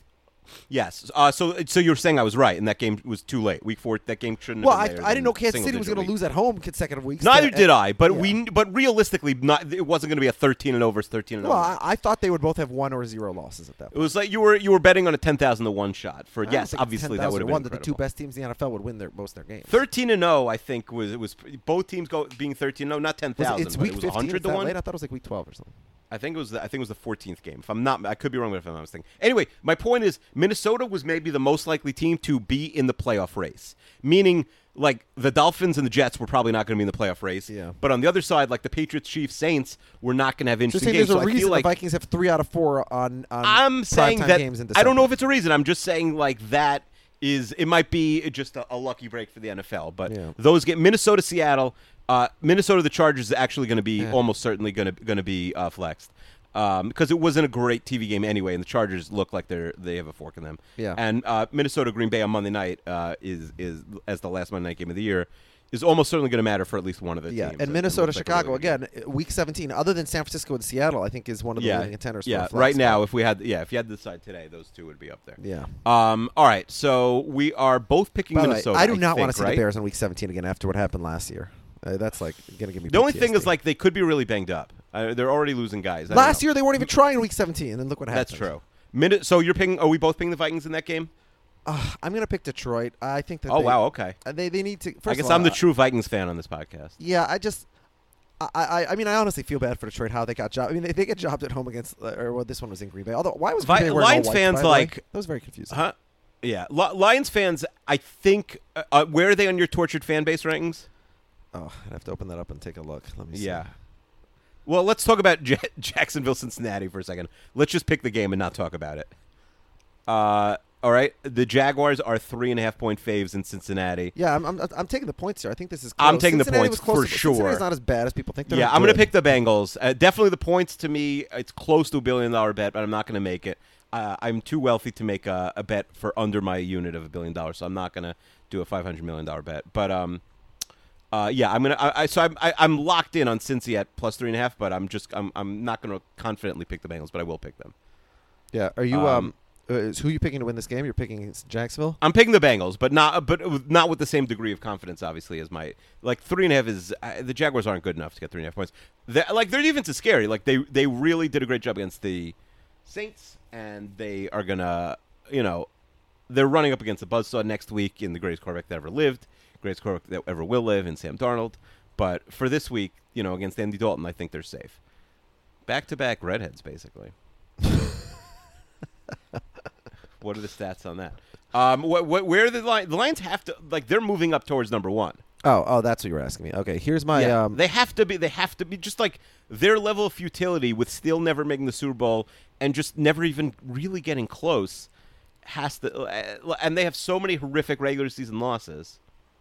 yes. Uh, so so you're saying I was right, and that game was too late. Week four, that game shouldn't. Well, have I, been later I didn't than know Kansas City single was digit going to weeks. lose at home consecutive weeks. Neither to- did I. But Yeah. we but realistically, not it wasn't going to be a 13 and over 13 and Well, over. I, I thought they would both have one or zero losses at that. it Point. was like you were you were betting on a 10,000 to one shot for I don't yes, think it's obviously that 10,000 would have to been one that the two incredible. best teams in the NFL would win their most of their games. 13 and 0, I think was it was both teams go being 13 and 0, not Was it- 10,000, it's but week it was 15. 100 Is to that 1. late? I thought it was like week 12 or something. I think it was the, I think it was the 14th game. If I'm not, I could be wrong, but if I'm not mistaken. Anyway, my point is Minnesota was maybe the most likely team to be in the playoff race. Meaning, like the Dolphins and the Jets were probably not going to be in the playoff race. Yeah. But on the other side, like the Patriots, Chiefs, Saints, were not going to have Just interesting saying, games. there's So a I reason feel like the Vikings have three out of four on on I'm um, primetime saying that games in I don't know December. if it's a reason. I'm just saying like that is it might be just a, a lucky break for the NFL. But Yeah. those get Minnesota, Seattle, uh, Minnesota. The Chargers is actually going to be almost certainly going to going to be uh, flexed because it wasn't a great TV game anyway, and the Chargers look like they're they have a fork in them. Yeah. and uh, Minnesota Green Bay on Monday night uh, is is as the last Monday night game of the year. Is almost certainly going to matter for at least one of the Yeah, teams. It- it and Minnesota, looks like a really Chicago good game. again, uh, week 17. Other than San Francisco and Seattle, I think is one of the leading contenders. for Yeah, a flex. right now, if we had, yeah, if you had to decide today, those two would be up there. Yeah. Um. All right. So we are both picking By the way, Minnesota. I do not think, want to see right? the Bears in week 17 again after what happened last year. Uh, that's like going to give me. The only thing is PTSD. like they could be really banged up. Uh, they're already losing guys. I don't last know. year they weren't even trying week 17, and then look what happened. That's true. Min- so you're picking? Are we both picking the Vikings in that game? Ugh, I'm going to pick Detroit. I think that. Oh they- wow. Okay. uh, They they need to. First I of guess all, I'm the uh, true Vikings fan on this podcast. Yeah, I just. I, I, I mean, I honestly feel bad for Detroit how they got job. I mean, they, they get jobbed at home against, uh, or well, this one was in Green Bay. Although, why was Green Vi- Bay wearing all Lions white, fans by the way? like- that was very confusing. Huh? Yeah. Li- Lions fans. I think. Uh, uh, where are they on your tortured fan base rankings? Oh, I'd have to open that up and take a look. Let me see. Yeah. Well, let's talk about Ja Jacksonville Cincinnati for a second. Let's just pick the game and not talk about it. Uh, all right. The Jaguars are three and a half point faves in Cincinnati. Yeah, I'm, I'm, I'm taking the points here. I think this is. Close. I'm taking the Cincinnati points was close, for but sure. Cincinnati's not as bad as people think. They're yeah, not I'm going to good. pick the Bengals. Uh, definitely the points to me. It's close to a billion dollar bet, but I'm not going to make it. Uh, I'm too wealthy to make a, a bet for under my unit of a billion dollars, so I'm not going to do a 500 million dollar bet. But um, uh, yeah, I'm gonna. I, I so I'm I, I'm locked in on Cincy at plus three and a half, but I'm just I'm I'm not going to confidently pick the Bengals, but I will pick them. Yeah, are you Um, um, uh, is who you picking to win this game? You're picking against Jacksonville. I'm picking the Bengals, but not but with- not with the same degree of confidence, obviously, as my like three and a half is I, the Jaguars aren't good enough to get three and a half points. They're, like their defense is scary. Like they they really did a great job against the Saints, and they are gonna you know they're running up against the buzzsaw next week in the greatest quarterback that ever lived, greatest quarterback that ever will live in Sam Darnold. But for this week, you know, against Andy Dalton, I think they're safe. Back to back redheads, basically. What are the stats on that? Um, what, what, where are the Lions? The Lions have to like they're moving up towards number one. Oh, oh, that's what you were asking me. Okay, here's my. yeah, um, they have to be. They have to be just like their level of futility with still never making the Super Bowl and just never even really getting close has to. Uh, and they have so many horrific regular season losses.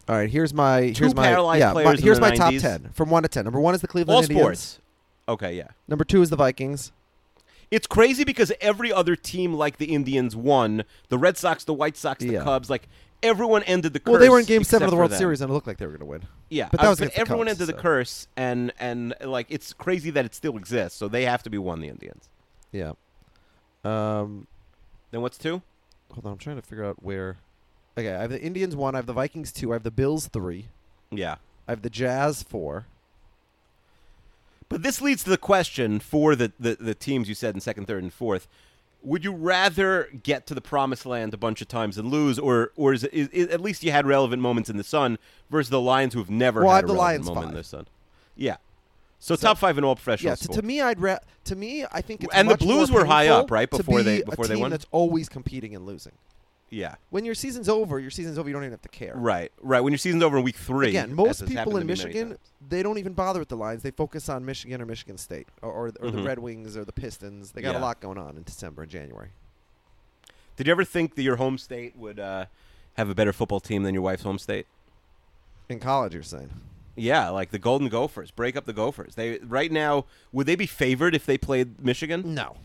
all right, here's my. Here's Two my. paralyzed yeah, my- players in here's the my top 90s. ten from one to ten. Number one is the Cleveland All Indians. sports. Okay, yeah. Number two is the Vikings. It's crazy because every other team like the Indians won. The Red Sox, the White Sox, the Yeah. Cubs, like everyone ended the curse. Well, they were in Game Seven except of the for World them. Series, and it looked like they were going to win. Yeah, but that uh, was against the everyone Cubs, ended the so- curse, and and like it's crazy that it still exists. So they have to be one. The Indians. Yeah. Um, Then what's two? hold on, I'm trying to figure out where. Okay, I have the Indians one. I have the Vikings two. I have the Bills three. Yeah, I have the Jazz four. but this leads to the question for the the, the teams you said in second, third, and fourth. Would you rather get to the promised land a bunch of times and lose, or or is, it, is, is at least you had relevant moments in the sun versus the Lions who have never Well, I had have the a Lions relevant moment in five. the sun? Yeah. So, top five in all professional yeah, to, sports. to me, I'd ra- to me, I think it's And the much more Blues were high painful up, right, to before they- be before a they team won? That's always competing and losing. yeah. When your season's over, your season's over. You don't even have to care. Right, right. When your season's over in week three, Again, as most has happened people to in me many Michigan, times. they don't even bother with the lines. They focus on Michigan or Michigan State or, or, or the Red Wings or the Pistons. They got Mm-hmm. a Yeah. lot going on in December and January. Did you ever think that your home state would uh, have a better football team than your wife's home state? In college, you're saying. Yeah, like the Golden Gophers. Break up the Gophers. They right now would they be favored if they played Michigan? No.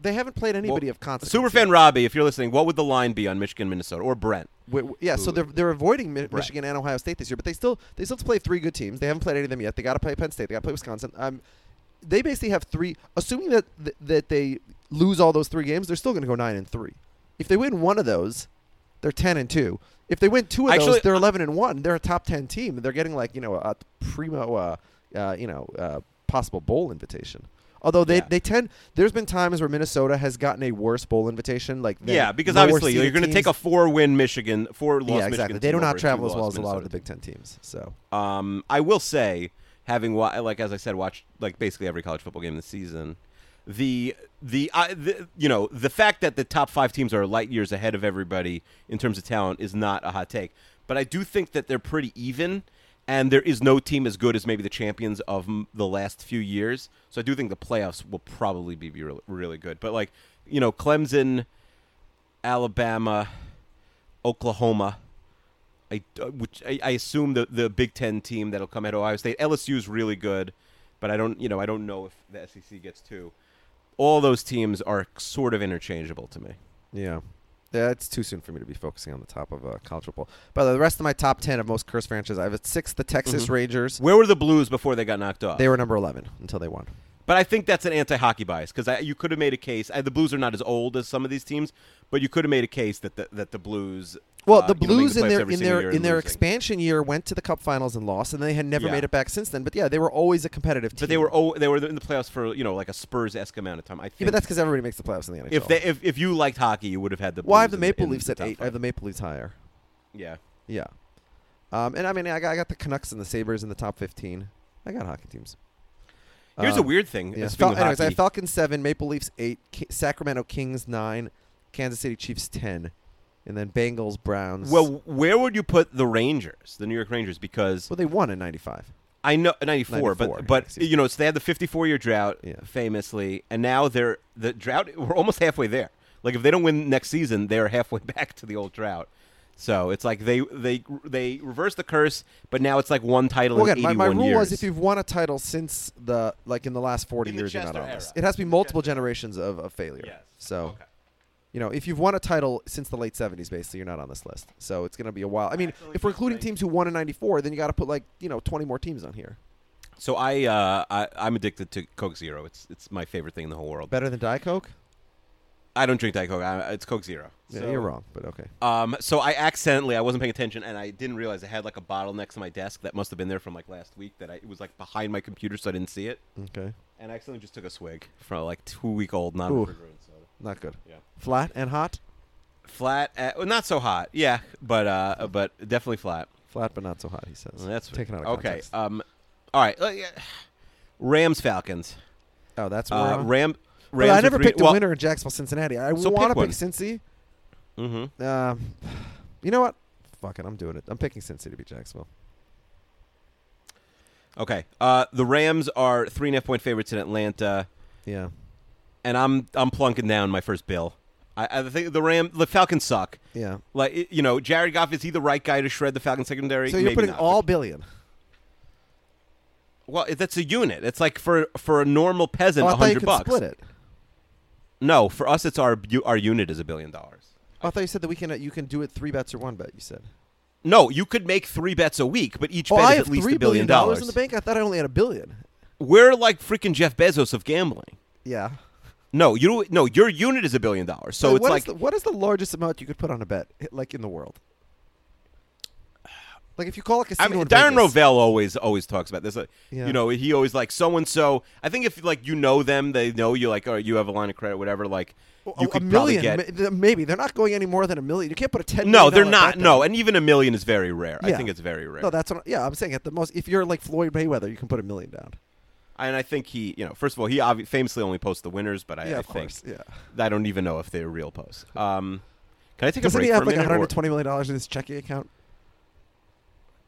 They haven't played anybody of consequence. Superfan yet. Robbie, if you're listening, what would the line be on Michigan, Minnesota, or Brent? Wi- wi- yeah, so they're they're avoiding Mi- Michigan and Ohio State this year, but they still they still have to play three good teams. They haven't played any of them yet. They got to play Penn State. They got to play Wisconsin. Um, they basically have three. Assuming that th- that they lose all those three games, they're still going to go nine and three. If they win one of those, they're ten and two. If they win two of Actually, uh, those, they're eleven and one. They're a top ten team. They're getting like you know a primo, uh, uh, you know, uh, possible bowl invitation. Although they, Yeah. they tend, there's been times where Minnesota has gotten a worse bowl invitation, like than yeah, because lower obviously seeded you're going to take teams a four-win Michigan, four-loss yeah, Michigan. exactly. They team do over not a travel as two-loss well as a lot of Minnesota the team. Big Ten teams. So Um, I will say, having wa- like as I said, watched like basically every college football game this season. The the, I the you know the fact that the top five teams are light years ahead of everybody in terms of talent is not a hot take, but I do think that they're pretty even, and there is no team as good as maybe the champions of m- the last few years. So I do think the playoffs will probably be really, really good. But like you know, Clemson, Alabama, Oklahoma, I, uh, which I, I assume the the Big Ten team that'll come out of Ohio State. LSU is really good, but I don't you know I don't know if the SEC gets two. All those teams are sort of interchangeable to me. yeah, yeah, it's too soon for me to be focusing on the top of uh, college football. By the way, the rest of my top ten of most cursed franchises, I have at six the Texas Rangers. Where were the Blues before they got knocked off? They were number eleven until they won. but I think that's an anti-hockey bias because you could have made a case. I, the Blues are not as old as some of these teams, but you could have made a case that the, that the Blues. Well, uh, the you know, make Blues in playoffs their every in single their year in and their losing. expansion year went to the Cup Finals and lost, and they had never Yeah. made it back since then. But yeah, they were always a competitive team. But they were oh, they were in the playoffs for you know like a Spurs-esque amount of time. I think. yeah, but that's because everybody makes the playoffs in the NHL. if they if, if you liked hockey, you would have had the. well, I have the Blues in Maple in Leafs the at top eight. I five. have the Maple Leafs higher. yeah. Yeah, um, and I mean, I got, I got the Canucks and the Sabers in the top fifteen. I got hockey teams. Here's a Um, weird thing. Yeah. Speaking Fal- of anyways, I hockey, have Falcons seven, Maple Leafs eight, Ki- Sacramento Kings nine, Kansas City Chiefs ten, and then Bengals Browns. well, where would you put the Rangers, the New York Rangers? Because well, they won in '95. I know '94, 94, but but excuse you know, so they had the 54-year drought, Yeah. famously, and now they're the drought. We're almost halfway there. Like if they don't win next season, they're halfway back to the old drought. So it's like they they they reversed the curse, but now it's like one title Well, in again, my, 81 my rule years. was if you've won a title since the like in the last 40 In the years, you're not Chester on this. era. It has to be multiple generations of, of failure. Yes. So. Okay. You know, if you've won a title since the late '70s, basically, you're not on this list. So it's going to be a while. I mean, if we're including teams who won in '94, then you got to put like you know 20 more teams on here. so I, uh, I I'm addicted to Coke Zero. It's it's my favorite thing in the whole world. Better than Diet Coke? I don't drink Diet Coke. I, it's Coke Zero. Yeah, So- you're wrong, but okay. Um, so I accidentally I wasn't paying attention and I didn't realize I had like a bottle next to my desk that must have been there from like last week that I it was like behind my computer so I didn't see it Okay, and I accidentally just took a swig from like two week old non refrigerated soda. not good. Yeah. Flat and hot. Flat, at, well, not so hot, yeah, but uh, but definitely flat. Flat but not so hot, he says. That's taken out of okay. context. Um, all right, uh, yeah. Rams Falcons. oh, that's where Uh, I'm- Ram. But Rams I are never three- picked a well, winner in Jacksonville, Cincinnati. I So want to pick pick one. Cincy. mhm. Um, you know what? Fuck it, I'm doing it. I'm picking Cincy to beat Jacksonville. Okay. Uh, the Rams are three and a half point favorites in Atlanta. Yeah. and I'm I'm plunking down my first bill. I, I think the Ram the Falcons suck. Yeah. Like it- you know, Jared Goff is he the right guy to shred the Falcons secondary? So you're Maybe putting not. all billion. well. it- That's a unit. It's like for for a normal peasant, Oh, a I thought you hundred could bucks. split it. No, for us, it's our bu- our unit is a billion dollars. Oh, I thought you said that we can uh, you can do it three bets or one bet. You said. No, you could make three bets a week, but each Oh, bet I is have at least three a billion dollars. in the bank. I thought I only had a billion. We're like freaking Jeff Bezos of gambling. Yeah. No, you don't- no, your unit is a billion dollars. So Wait, it's what is like the, what is the largest amount you could put on a bet, like in the world? Like if you call a casino, I mean, in Darren Vegas- Rovell always always talks about this. Like, Yeah. You know, he always like so and so. I think if like you know them, they know you. Like, oh, you have a line of credit, whatever. Like, Well, you oh, a- could a million, probably ma- get. th- maybe they're not going any more than a million. You can't put a ten. No, million they're dollar not. bet No, down. and even a million is very rare. I Yeah. think it's very rare. No, that's what, yeah. I'm saying at the most, if you're like Floyd Mayweather, you can put a million down. and I think he, you know, first of all, he obvi- famously only posts the winners, but I, yeah, I of think course. Yeah. I don't even know if they're real posts. Um, can I take Doesn't a break he have for a like minute? or- 120 million dollars in his checking account?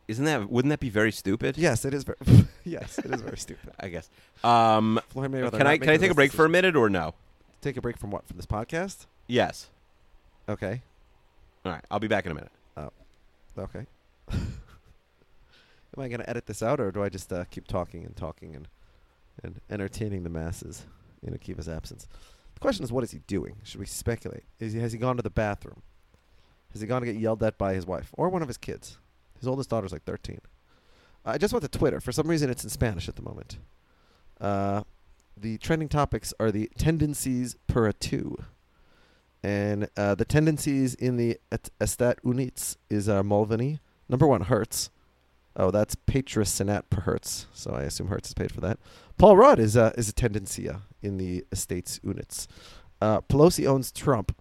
Isn't that wouldn't that be very stupid? Yes, it is. Very, yes, it is very stupid. I guess. Um, Floyd Mayweather. can I can I take a break for a minute or no? Take a break from what? From this podcast? Yes. Okay. All right, I'll be back in a minute. Okay. Am I going to edit this out, or do I just uh, keep talking and talking and and entertaining the masses in Akiva's absence? The question is, what is he doing? Should we speculate? Is he, has he gone to the bathroom? Has he gone to get yelled at by his wife or one of his kids? His oldest daughter's like 13. I just went to Twitter. For some reason, it's in Spanish at the moment. Uh, the trending topics are the tendencies per a two. And uh, the tendencies in the et- Estat Units is uh, Mulvaney. Number one, Hertz. Oh, that's Patris Senat per Hertz. So I assume Hertz is paid for that. Paul Rudd is, uh, is a tendencia in the Estates Units. Uh, Pelosi owns Trump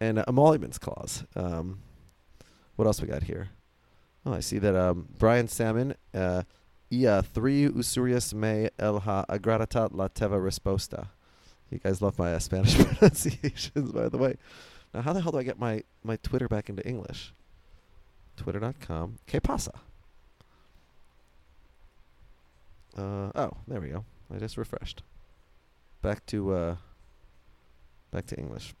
and uh, emoluments clause. Um, what else we got here? Oh, I see that um, Brian Salmon, uh, Ia three usurias me elha agradatat la teva resposta. You guys love my uh, Spanish pronunciations, by the way. Now, how the hell do I get my, my Twitter back into English? Twitter.com. Que pasa? Uh, oh, there we go. I just refreshed. Back to uh, back to English.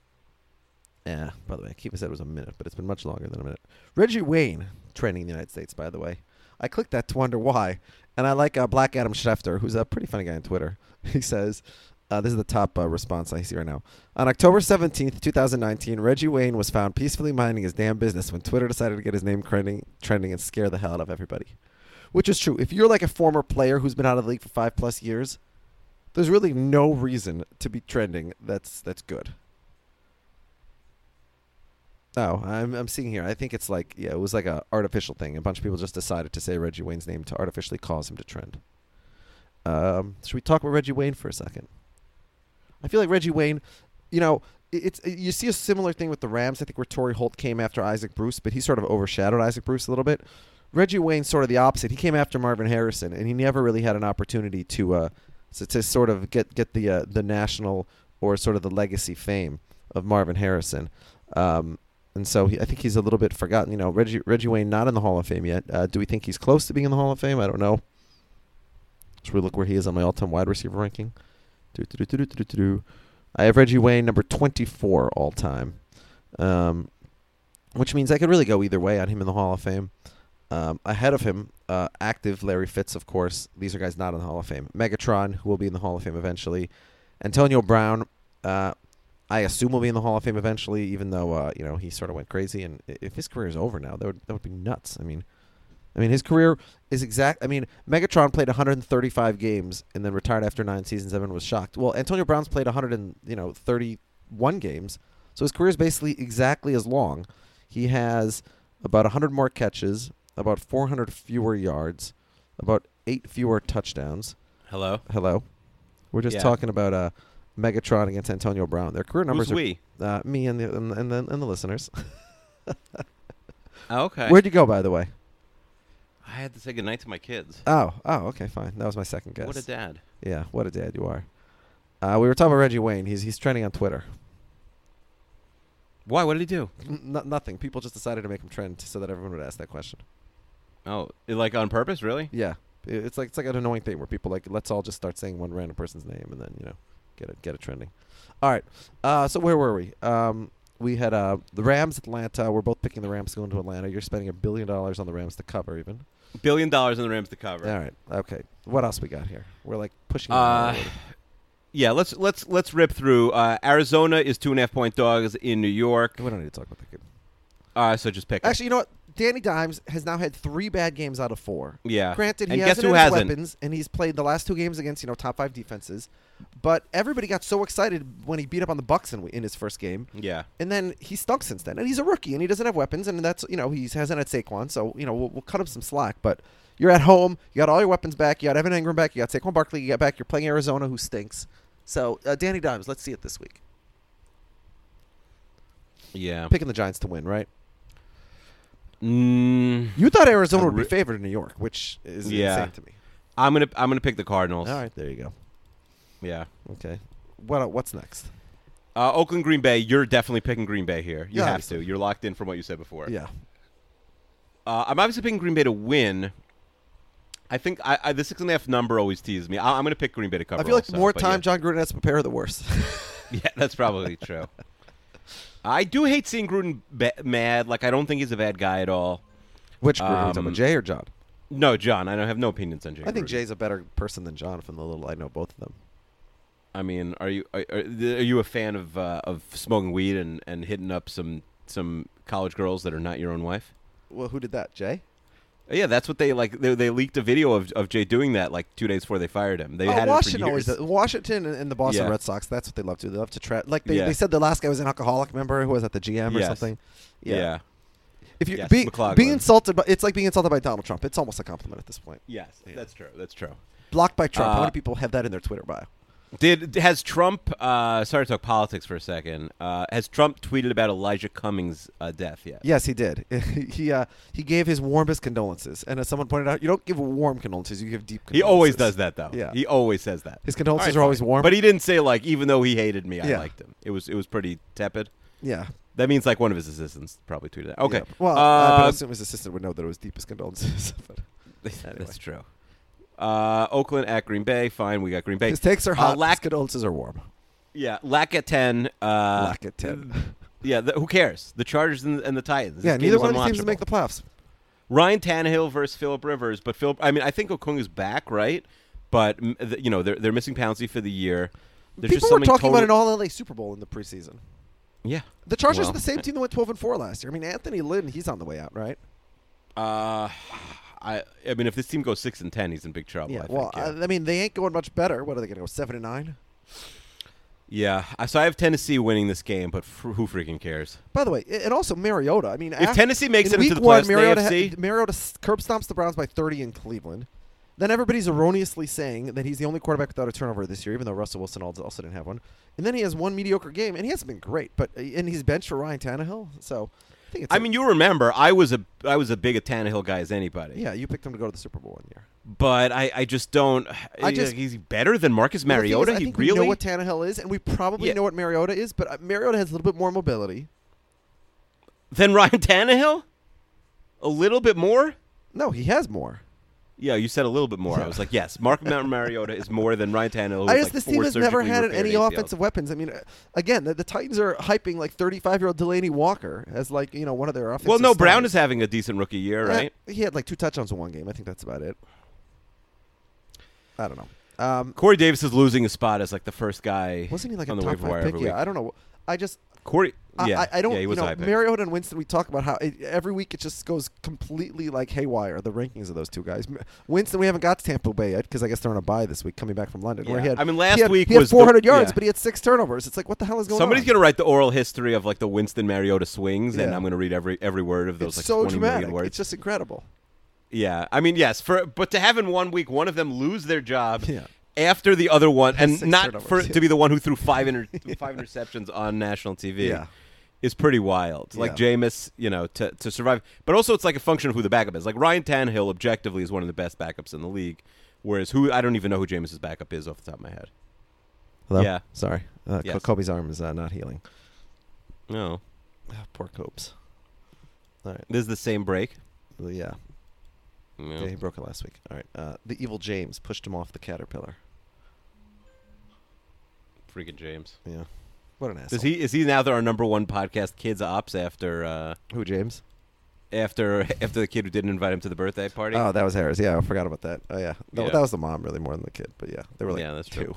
Yeah. By the way, Kiva said it was a minute, but it's been much longer than a minute. Reggie Wayne training in the United States, by the way. I clicked that to wonder why, and I like uh, Black Adam Schefter, who's a pretty funny guy on Twitter. He says, uh, "This is the top uh, response I see right now." On October seventeenth, two thousand nineteen, Reggie Wayne was found peacefully minding his damn business when Twitter decided to get his name trending, trending and scare the hell out of everybody. Which is true. If you're like a former player who's been out of the league for five plus years, there's really no reason to be trending. That's that's good. Oh, I'm I'm seeing here. I think it's like yeah, it was like a artificial thing. A bunch of people just decided to say Reggie Wayne's name to artificially cause him to trend. Um, should we talk about Reggie Wayne for a second? I feel like Reggie Wayne, you know, i- it's you see a similar thing with the Rams. I think where Torrey Holt came after Isaac Bruce, but he sort of overshadowed Isaac Bruce a little bit. Reggie Wayne's sort of the opposite. He came after Marvin Harrison, and he never really had an opportunity to uh, to, to sort of get get the uh, the national or sort of the legacy fame of Marvin Harrison. Um, and so he, I think he's a little bit forgotten. You know, Reggie Reggie Wayne not in the Hall of Fame yet. Uh, do we think he's close to being in the Hall of Fame? I don't know. Should we look where he is on my all-time wide receiver ranking? Do, do, do, do, do, do, do, do. I have Reggie Wayne number 24 all time, um, which means I could really go either way on him in the Hall of Fame. Um, ahead of him, uh, active Larry Fitz, of course. These are guys not in the Hall of Fame. Megatron, who will be in the Hall of Fame eventually. Antonio Brown, uh, I assume will be in the Hall of Fame eventually, even though uh, you know he sort of went crazy. And i- if his career is over now, that would that would be nuts. I mean, I mean, his career is exact. I mean, Megatron played 135 games and then retired after nine seasons. Everyone was shocked. Well, Antonio Brown's played 100 and you know 31 games, so his career is basically exactly as long. He has about 100 more catches, about 400 fewer yards, about eight fewer touchdowns. Hello. Hello, we're just Yeah. talking about uh, Megatron against Antonio Brown. Their career numbers Who's are we? uh, me and the and, the- and the and the listeners. Oh, okay. Where'd you go, by the way? I had to say goodnight to my kids. Oh, oh, okay, fine. That was my second guess. What a dad. yeah, what a dad you are. Uh, we were talking about Reggie Wayne. He's he's trending on Twitter. Why? What did he do? N- n- nothing. People just decided to make him trend so that everyone would ask that question. Oh, it- like on purpose, really? Yeah, I- it's like it's like an annoying thing where people like let's all just start saying one random person's name and then you know get it get it trending. All right. Uh, so where were we? Um, we had uh, the Rams, Atlanta. We're both picking the Rams to go into Atlanta. You're spending a billion dollars on the Rams to cover, even. Billion dollars in the Rams to cover. All right. Okay. What else we got here? We're like pushing. it Uh, already. yeah. Let's let's let's rip through. Uh, Arizona is two and a half point dogs in New York. we don't need to talk about that game. Uh, so just pick. 'em. Actually, you know what? Danny Dimes has now had three bad games out of four. Yeah. Granted, he And guess hasn't who had his hasn't? weapons, and he's played the last two games against you know top five defenses. But everybody got so excited when he beat up on the Bucks in, in his first game. Yeah. And then he stunk since then, and he's a rookie, and he doesn't have weapons, and that's you know he hasn't had Saquon, so you know we'll, we'll cut him some slack. But you're at home, you got all your weapons back, you got Evan Ingram back, you got Saquon Barkley, you got back, you're playing Arizona, who stinks. So uh, Danny Dimes, let's see it this week. Yeah. Picking the Giants to win, right? Mm, You thought Arizona would be re- favored in New York, which is Yeah. insane to me. I'm gonna I'm gonna pick the Cardinals. All right, there you go. Yeah. Okay, what what's next? Uh, Oakland, Green Bay. You're definitely picking Green Bay here. You Yeah, have obviously. to. You're locked in from what you said before. Yeah, Uh, I'm obviously picking Green Bay to win. I think I, I, the six and a half number always teases me. I, I'm gonna pick Green Bay to cover. I feel like the also, more but time yeah. John Gruden has to prepare, the worse. Yeah, that's probably true. I do hate seeing Gruden ba- mad. Like I don't think he's a bad guy at all. Which Gruden, um, Um, Jay or John? No, John. I don't have no opinions on Jay. I think Gruden. Jay's a better person than John, from the little I know both of them. I mean, are you are, are are you a fan of uh, of smoking weed and, and hitting up some some college girls that are not your own wife? Well, who did that, Jay? Yeah, that's what they like. They, they leaked a video of, of Jay doing that like two days before they fired him. They Oh, had Washington it for years. always does. Washington and, and the Boston Yeah. Red Sox. That's what they love to. do. They love to trap. Like they, Yeah. they said, the last guy was an alcoholic member who was at the GM or Yes. something. yeah. If you Yes, be, McLaughlin. being insulted, by, it's like being insulted by Donald Trump. It's almost a compliment at this point. Yes, that's true. That's true. Blocked by Trump. How Uh, many people have that in their Twitter bio? Did has Trump? Uh, sorry to talk politics for a second. Uh, has Trump tweeted about Elijah Cummings' uh, death yet? Yes, he did. he uh, he gave his warmest condolences, and as someone pointed out, you don't give warm condolences; you give deep. He condolences. always does that though. Yeah. He always says that. His condolences are All always fine. warm. But he didn't say like even though he hated me, I Yeah. liked him. It was it was pretty tepid. Yeah. That means like one of his assistants probably tweeted that. Okay. Um, Yeah. Well, uh, but I assume his assistant would know that it was deepest condolences. but anyway. that's true. Uh, Oakland at Green Bay. Fine, we got Green Bay. His takes are hot. Uh, lack, his condolences are warm. yeah, lack at ten. Uh, Lack at 10. Yeah, the, who cares? The Chargers and, and the Titans. This Yeah, game neither is one of these teams unwatchable. make the playoffs. Ryan Tannehill versus Philip Rivers, but Philip. I mean, I think Okunga's back, right? But mm, th- you know, they're they're missing Pouncey for the year. People There's just were something talking about totally- an All LA Super Bowl in the preseason. Yeah, The Chargers Well. are the same team that went 12 and 4 last year. I mean, Anthony Lynn, he's on the way out, right? Oh, Uh, I I mean, if this team goes six and ten, he's in big trouble. I well, uh, think, yeah. I, I mean, they ain't going much better. What are they going to go 7 and 9? yeah. I- So I have Tennessee winning this game, but fr- who freaking cares? By the way, i- and also Mariota. I mean, If Tennessee makes in it into week the one, playoffs in the Mariota, AFC Mariota s- curb stomps the Browns by 30 in Cleveland. Then everybody's erroneously saying that he's the only quarterback without a turnover this year, even though Russell Wilson al- also didn't have one. And then he has one mediocre game, and he hasn't been great. But uh, and he's benched for Ryan Tannehill, so I think it's. I a- mean, you remember, I was a I was a big a Tannehill guy as anybody. yeah, you picked him to go to the Super Bowl one year. But I, I just don't. I just- he's better than Marcus Well, the thing Mariota. is, I he think really we know what Tannehill is, and we probably Yeah. know what Mariota is, but uh, Mariota has a little bit more mobility. than Ryan Tannehill. A little bit more. No, he has more. Yeah, you said a little bit more. I was like, yes, Mark Mar- Mariota is more than Ryan Tannehill. who I guess has, like, this four team has never surgically had repaired any ACLs. offensive weapons. I mean, uh, again, the, the Titans are hyping like 35 year old Delaney Walker as like you know one of their offensive. Well, no, Brown stars. is having a decent rookie year, Eh, right? he had like two touchdowns in one game. I think that's about it. I don't know. Um, Corey Davis is losing his spot as like the first guy. wasn't he like on a the top waiver wire five pick? every Yeah, week? I don't know. I just Corey, I- yeah, I, I don't. Yeah, he was you a know, high pick. Mariota and Winston. We talk about how it, every week it just goes completely like haywire. The rankings of those two guys. M- Winston, we haven't got to Tampa Bay yet because I guess they're on a bye this week, coming back from London. Where Yeah. he had, I mean, he last had- week he had was the- 400 yards, yeah. but he had six turnovers. It's like what the hell is going Somebody's on? gonna write the oral history of like the Winston Mariota swings, and Yeah. I'm gonna read every every word of those It's like so 20 million dramatic. words. It's just incredible. yeah, I mean, yes, for but to have in one week one of them lose their job Yeah. after the other one, and Six not for turnovers, yeah. to be the one who threw five inter- five interceptions on national TV. Yeah. Is pretty wild. Like Yeah. Jameis, you know, to, to survive. But also, it's like a function of who the backup is. Like Ryan Tannehill, objectively, is one of the best backups in the league. Whereas who I don't even know who Jameis's backup is off the top of my head. Hello? Yeah. Sorry. Uh, Co- Yes. Kobe's arm is uh, not healing. No, Ah, poor Copes. All right. this is the same break. Well, Yeah. yeah. He broke it last week. All right. Uh, the evil James pushed him off the caterpillar. Freaking James. Yeah. What an asshole. Does he is he now our number one podcast kids ops after uh, Who James? after after the kid who didn't invite him to the birthday party? Oh, that was Harris. Yeah, I forgot about that. Oh, yeah. No, Yeah. That was the mom, really, more than the kid. But yeah, they were like Yeah, that's two. true.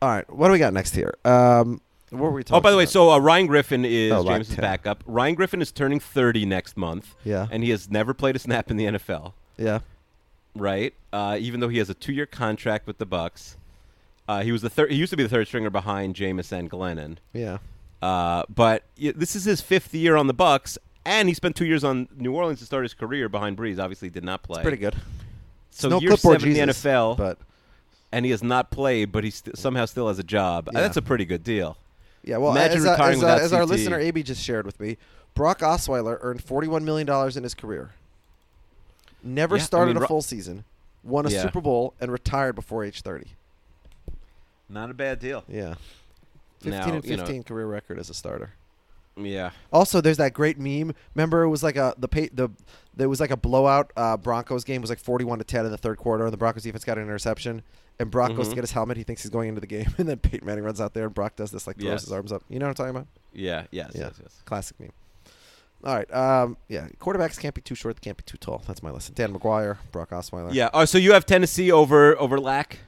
All right. What do we got next here? Um, what were we talking oh, by the way, about? so uh, Ryan Griffin is Oh, like James's ten. backup. Ryan Griffin is turning thirty next month. Yeah. and he has never played a snap in the NFL. Yeah. Right, uh, even though he has a two-year contract with the Bucks. Uh, he was the third. He used to be the third stringer behind Jamison Glennon. Yeah. Uh, but y- this is his fifth year on the Bucks, and he spent two years on New Orleans to start his career behind Breeze. Obviously, did not play. Pretty good. So no year clipboard seven in the Jesus, NFL, But and he has not played, but he st- somehow still has a job. Uh, Yeah. That's a pretty good deal. yeah, well, Imagine as, uh, retiring as, uh, without as our CT. listener AB just shared with me, Brock Osweiler earned forty-one million dollars in his career. Never Yeah, I started mean, a Ro- full season, won a Yeah. Super Bowl, and retired before age thirty. Not a bad deal. Yeah. 15 Now, and you know- 15 career record as a starter. Yeah. Also, there's that great meme. Remember, it was like a the pa- the there was like a blowout uh, Broncos game. It was like 41 to 10 in the third quarter, and the Broncos defense got an interception. And Brock goes Mm-hmm. to get his helmet. He thinks he's going into the game, and then Peyton Manning runs out there, and Brock does this like throws Yes. his arms up. You know what I'm talking about? Yeah. Yes. Yes. yes. classic meme. All right, um, yeah. Quarterbacks can't be too short. They can't be too tall. That's my lesson. Dan McGuire, Brock Osweiler. Yeah. Oh, so you have Tennessee over over Lack.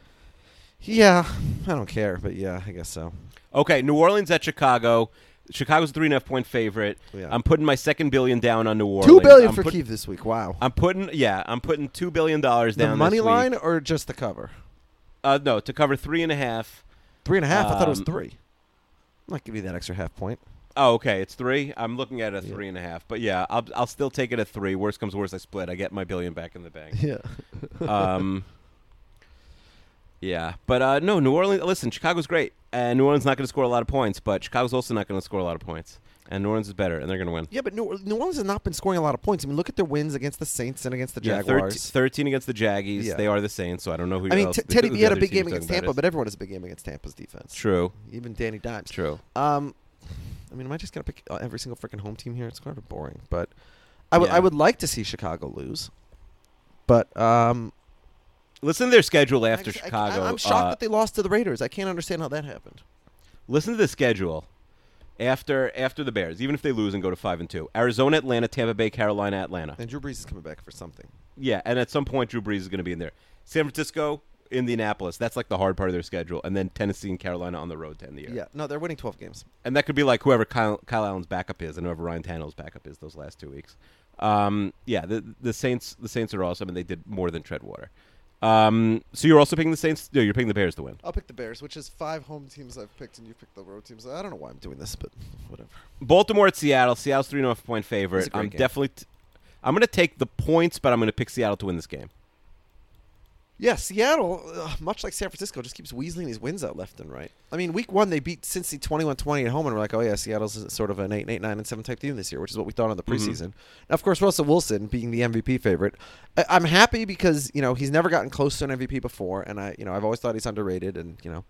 yeah. I don't care, but yeah, I guess so. Okay, New Orleans at Chicago. Chicago's a three and a half point favorite. Yeah. I'm putting my second billion down on New Orleans. Two billion I'm for put- Keith this week. Wow. I'm putting yeah, I'm putting two billion dollars down. the this money week. line or just the cover? Uh, no, to cover three and a half. Three and a half. I thought it was Um, three. I'm not giving you that extra half point. Oh, okay, it's three. I'm looking at a three and a half, but yeah, I'll I'll still take it at three. Worst comes worst, I split. I get my billion back in the bank. Yeah. Um, yeah, but uh, no, New Orleans. Listen, Chicago's great, and New Orleans not going to score a lot of points, but Chicago's also not going to score a lot of points, and New Orleans is better, and they're going to win. Yeah, but New, Or- New Orleans has not been scoring a lot of points. I mean, look at their wins against the Saints and against the Yeah, thirt- Jaguars. 13 against the Jaggies. Yeah. They are the Saints, so I don't know who I mean, else. T- Teddy who B the had a other big team's game talking against about Tampa, is. but everyone has a big game against Tampa's defense. True. Even Danny Dimes. True. Um, I mean, am I just gonna pick uh, every single freaking home team here? It's kind of boring, but I would Yeah. I would like to see Chicago lose. But um, Listen to their schedule I after just- I- Chicago. I, am shocked Uh, that they lost to the Raiders. I can't understand how that happened. listen to the schedule after after the Bears, even if they lose and go to 5 and 2. Arizona, Atlanta, Tampa Bay, Carolina, Atlanta. And Drew Brees is coming back for something. Yeah, and at some point Drew Brees is going to be in there. San Francisco, Indianapolis. That's like the hard part of their schedule, and then Tennessee and Carolina on the road to end the year. Yeah. No, they're winning 12 games. and that could be like whoever Kyle, Kyle Allen's backup is, and whoever Ryan Tannehill's backup is those last two weeks. Um, yeah, the the Saints the Saints are awesome, and they did more than tread water. Um, so you're also picking the Saints. No, you're picking the Bears to win. I'll pick the Bears, which is five home teams I've picked, and you picked the road teams. I don't know why I'm doing this, but whatever. Baltimore at Seattle. Seattle's three and a half point favorite. It's a great I'm game. definitely. T- I'm going to take the points, but I'm going to pick Seattle to win this game. Yeah, Seattle, uh, much like San Francisco, just keeps weaseling these wins out left and right. I mean, week one, they beat Cincy 21 20 at home, and we're like, oh, yeah, Seattle's sort of an 8, 8 9, and 7 type team this year, which is what we thought in the Mm-hmm. preseason. Now, of course, Russell Wilson being the MVP favorite. I- I'm happy because, you know, he's never gotten close to an MVP before, and I, you know, I've always thought he's underrated, and, you know,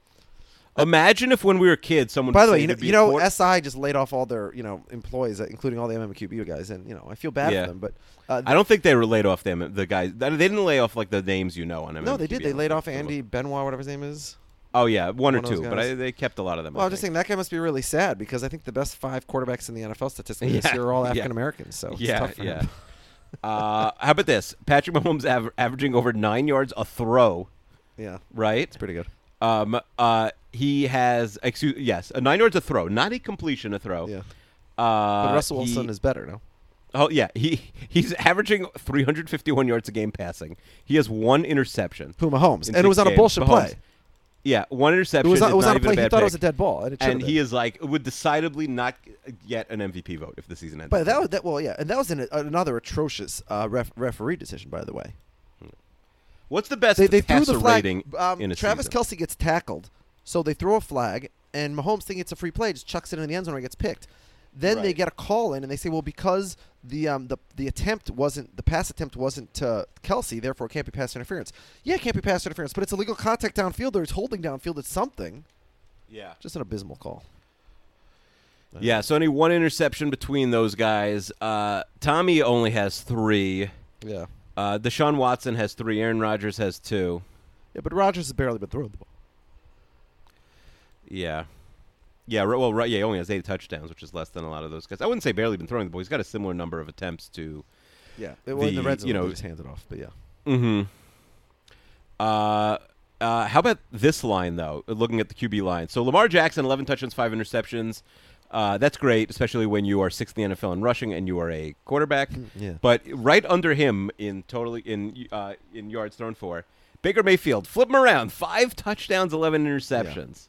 Imagine if when we were kids, someone. By the would way, say you know, to be you a know quarter- SI just laid off all their you know employees, uh, including all the MMQB guys, and you know I feel bad Yeah. for them. But uh, I don't think they were laid off them. The guys they didn't lay off like the names you know on them. no, they did. They laid off Andy Benoit, whatever his name is. Oh yeah, one, or one of those two, but guys. I, they kept a lot of them. Well, I I'm just think. saying that guy must be really sad because I think the best five quarterbacks in the NFL statistically this Yeah, year are all yeah. African Americans. So it's Yeah, tough for yeah. him. uh, how about this? Patrick Mahomes aver- averaging over nine yards a throw, yeah, right? it's pretty good. Um, uh, he has excuse yes, a nine yards a throw, not a completion a throw. Yeah, Uh, but Russell Wilson he- is better. No, Oh yeah, he he's averaging 351 yards a game passing. He has one interception. who Mahomes, in and it six was on a games. bullshit Mahomes. play. Yeah, one It interception. was on, is it was not on a even play. He bad thought it was a pick. dead ball, and it And should've he been. is like would decidedly not get an MVP vote if the season ended. But that was that. Well, yeah, and that was an, another atrocious uh, ref, referee decision, by the way. What's the best they, they threw passer the flag. rating Um, in a Travis season? Kelsey gets tackled, so they throw a flag, and Mahomes thinking it's a free play, just chucks it in the end zone and gets picked. Then they Right. get a call in, and they say, "Well, because the um, the the attempt wasn't the pass attempt wasn't to Kelsey, therefore it can't be pass interference." Yeah, it can't be pass interference, but it's illegal contact downfield, or it's holding downfield. It's something. Yeah. Just an abysmal call. Yeah, so only one interception between those guys. Uh, Tommy only has three. Yeah, Uh, Deshaun Watson has three. Aaron Rodgers has two. yeah, but Rogers has barely been throwing the ball. Yeah. Yeah, ri- well, right, yeah, he only has eight touchdowns, which is less than a lot of those guys. I wouldn't say barely been throwing the ball. He's got a similar number of attempts to. Yeah, it was in the The- red zone. you they know- just hand it off. But yeah, Mm-hmm. Uh, uh, how about this line though? uh, Looking at the QB line, so Lamar Jackson, eleven touchdowns, five interceptions. Uh, that's great, especially when you are sixth in the NFL in rushing and you are a quarterback. Mm, yeah. But right under him in totally in uh, in yards thrown for, Baker Mayfield, flip him around. Five touchdowns, 11 interceptions.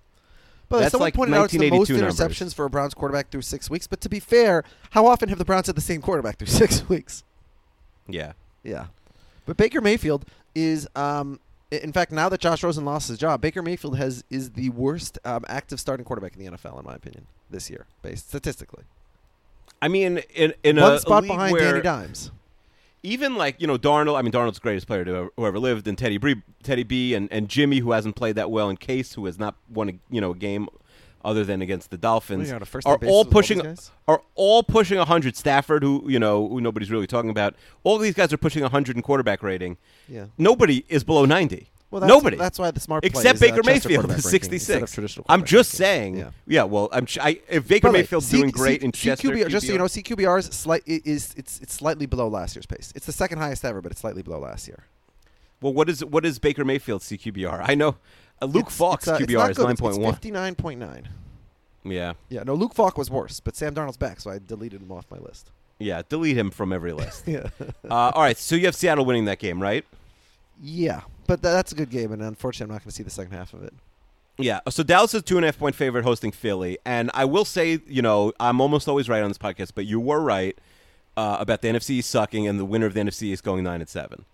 But That's someone like pointed out it's the most 1982 numbers. interceptions for a Browns quarterback through six weeks. But to be fair, how often have the Browns had the same quarterback through six weeks? Yeah. Yeah. But Baker Mayfield is, um, i- in fact, now that Josh Rosen lost his job, Baker Mayfield has is the worst um, active starting quarterback in the NFL, in my opinion, this year, based statistically. I mean, in, in a, One a spot league behind where Danny Dimes. even like you know Darnold. I mean, Darnold's the greatest player to ever, who ever lived, and Teddy Bree, Teddy B, and, and Jimmy, who hasn't played that well, and Case, who has not won a, you know a game other than against the Dolphins, Well, you're on a first are basis all with all these pushing guys. are all pushing hundred. Stafford, who you know who nobody's really talking about, all these guys are pushing hundred in quarterback rating. Yeah. nobody is below ninety. Well, that's- Nobody. that's why the smart play except is, uh, Baker Chester Mayfield quarterback is ranking instead of sixty-six. traditional I'm quarterback just ranking. saying. Yeah. Yeah. well, I'm. ch- I, if Baker By the way, Mayfield's C- doing great C- in Chester, CQB just so you QBR know, CQBR is slight i- is it's it's slightly below last year's pace. It's the second highest ever, but it's slightly below last year. Well, what is what is Baker Mayfield's CQBR? I know uh, Luke It's- Falk's it's, uh, it's QBR not is good. nine It's- point it's one. 59.9. Yeah, Yeah, no, Luke Falk was worse, but Sam Darnold's back, so I deleted him off my list. yeah. Delete him from every list. Yeah, uh, all right, so you have Seattle winning that game, right? yeah, but tha- that's a good game, and unfortunately, I'm not going to see the second half of it. Yeah. So Dallas is two and a half point favorite hosting Philly, and I will say, you know, I'm almost always right on this podcast, but you were right uh, about the NFC East sucking, and the winner of the NFC is going nine and seven,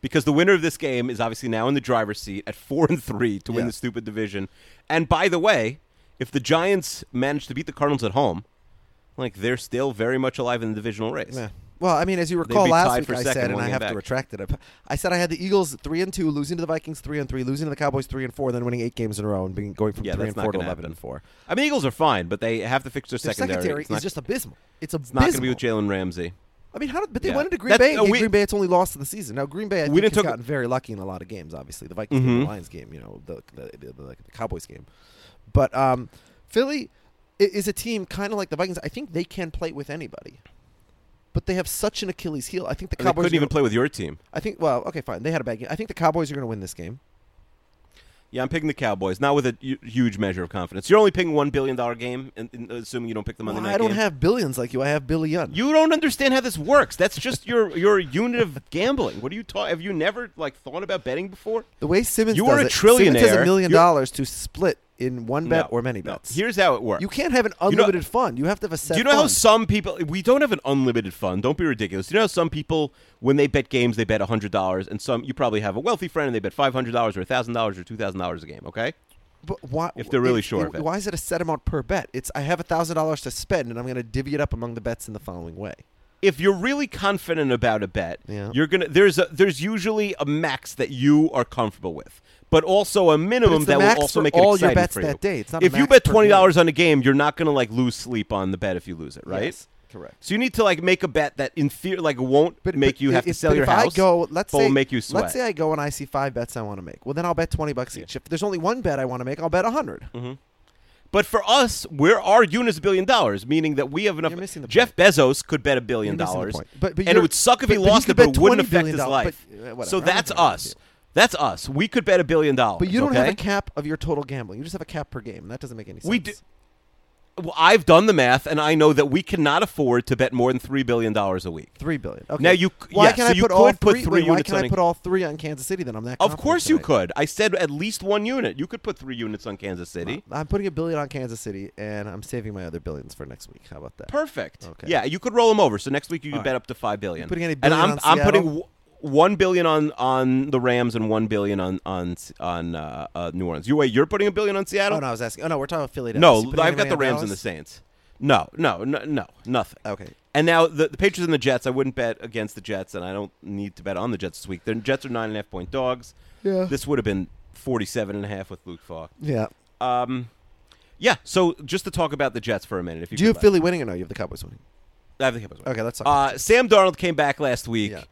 because the winner of this game is obviously now in the driver's seat at four and three to win Yeah. the stupid division. And by the way, if the Giants manage to beat the Cardinals at home, like they're still very much alive in the divisional race. Yeah. Well, I mean, as you recall be last tied week, for I second said, and one I game have to back. retract it. I, I said I had the Eagles three and two, losing to the Vikings three and three, losing to the Cowboys three and four, then winning eight games in a row and being going from Yeah, three and that's not four to gonna eleven happen. and four. I mean, Eagles are fine, but they have to fix their Their secondary. secondary, It's not, is just abysmal. It's abysmal. not going to be with Jalen Ramsey. I mean, how did, but they Yeah. went into Green That's- Bay. uh, and we- Green Bay, it's only lost of the season. Now, Green Bay, I We think, didn't Mm-hmm. has talk- gotten very lucky in a lot of games. Obviously, the Vikings game, the Lions game, you know, the the, the, the, the Cowboys game. But um, Philly i- is a team kind of like the Vikings. I think they can play with anybody, but they have such an Achilles heel. I think the And they Cowboys are couldn't even gonna- play with your team. I think. Well, okay, fine. They had a bad game. I think the Cowboys are going to win this game. Yeah, I'm picking the Cowboys, not with a hu- huge measure of confidence. You're only picking one billion dollar game, and, and assuming you don't pick the Monday Well, night I don't game. have billions like you. I have Billy Young. You don't understand how this works. That's just your your unit of gambling. What are you talking? Have you never like thought about betting before? the way Simmons you does are a it, Simmons has a trillionaire. 1000000 You're- dollars to split in one bet No, or many no. bets. Here's how it works. you can't have an know- unlimited fund. You have to have a set. Do you know how fund. some people? We don't have an unlimited fund. Don't be ridiculous. Do you know how some people, when they bet games, they bet hundred dollars, and some you probably have a wealthy friend and they bet five hundred dollars or thousand dollars or two thousand dollars a game. Okay. But why? If they're really it- sure of it. Why is it a set amount per bet? It's I have a thousand dollars to spend, and I'm going to divvy it up among the bets in the following way. if you're really confident about a bet, Yeah. you're gonna there's a there's usually a max that you are comfortable with, but also a minimum it's the that max will also for make it all your exciting bets for you. that day. It's not a if you max bet per twenty dollars on a game, you're not gonna like lose sleep on the bet if you lose it, right? Yes, correct. So you need to like make a bet that in fear like won't But make but you i- have to if- sell but your if house, I go, let's but say, will make you sweat. Let's say I go and I see five bets I want to make. Well, then I'll bet twenty bucks each. If there's only one bet I want to make, I'll bet a hundred. Mm-hmm. But for us, we're our unit's a billion dollars, meaning that we have enough. You're missing the Jeff Bezos could bet a 1000000000 You're missing the dollars, point. But- but and it you're- would suck if he but- but he lost could it, but it bet wouldn't $20 affect his billion, life. but, uh, whatever, so I'm not that's gonna argue us. with That's us. We could bet a billion dollars. But you don't okay? have a cap of your total gambling. You just have a cap per game. That doesn't make any sense. We do. Well, I've done the math, and I know that we cannot afford to bet more than three billion dollars a week. Three billion. Okay. Now you c- Why yeah, can so I you put all could put three? three wait, why units can on I a- put all three on Kansas City? Then I'm that. Of confident course you tonight. could. I said at least one unit. You could put three units on Kansas City. I'm putting a billion on Kansas City, and I'm saving my other billions for next week. How about that? Perfect. Okay. Yeah, you could roll them over. So next week you could bet up to five billion. You putting any and billion I'm on I'm putting Seattle? w- one billion on on the Rams and one billion on on S- on uh, uh, New Orleans. You wait, you're putting a billion on Seattle? Oh no, I was asking. Oh no, we're talking about Philly. Dallas. You No, putting I've got anybody the on Rams and the Dallas? Saints. No, no, no, no, nothing. Okay. And now the, the Patriots and the Jets. I wouldn't bet against the Jets, and I don't need to bet on the Jets this week. The Jets are nine and a half point dogs. Yeah. This would have been 47 and a half with Luke Falk. Yeah. Um, yeah. So just to talk about the Jets for a minute, if you Do you have could let- Philly winning or no? You have the Cowboys winning. I have the Cowboys. Okay, let's talk about Uh, Sam Darnold came back last week, Yeah.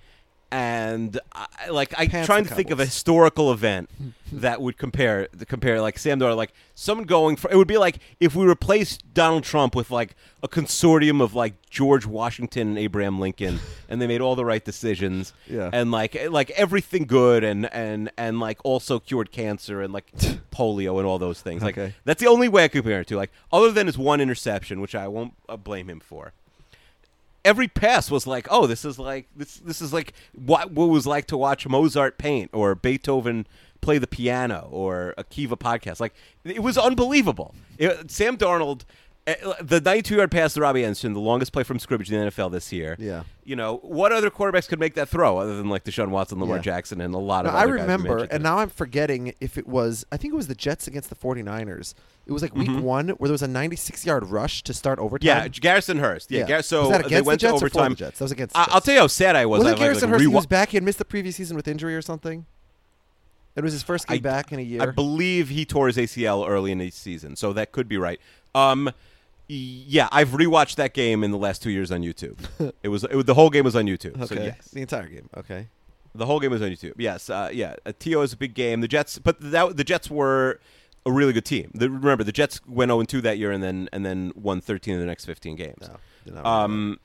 and I, like I Pants trying the to think of a Cowboys. historical event that would compare the compare like Sam Darnold, like someone going for it would be like if we replaced Donald Trump with like a consortium of like George Washington and Abraham Lincoln, and they made all the right decisions, Yeah. and like eh, like everything good, and and and like also cured cancer and like polio and all those things. Like Okay. that's the only way I could compare it to. Like other than his one interception, which I won't uh, blame him for every pass was like, oh, this is like this this is like what what it was like to watch Mozart paint or Beethoven play the piano or a Kiva podcast. Like it was unbelievable. It- Sam Darnold. eh, The 92-yard pass to Robbie Anderson, the longest play from scrimmage in the NFL this year. Yeah. you know what other quarterbacks could make that throw other than like Deshaun Watson, Lamar Yeah. Jackson, and a lot of. No, I other guys we remember, mentioned and now I'm forgetting if it was, I think it was the Jets against the 49ers. It was like week one where there was a 96 yard rush to start overtime. Mm-hmm. Yeah, Garrison Hurst. Yeah, Yeah. Gar- so Was that they against went the Jets to or for the overtime. Jets? That was against the I- I'll Jets. tell you how sad I was. Wasn't I, like, Garrison like, Hurst? He was rewa- back. He had missed the previous season with injury or something. It was his first game I- back in a year. I believe he tore his ACL early in the season, so that could be right. Um, yeah, I've rewatched that game in the last two years on YouTube. it was it, was- the whole game was on YouTube. okay, So yes, the entire game. Okay, the whole game was on YouTube. Yes, uh, yeah. Uh, To is a big game. The Jets, but that the Jets were a really good team. The, remember, the Jets went zero two that year, and then and then won thirteen of the next fifteen games. no, did not remember. Um,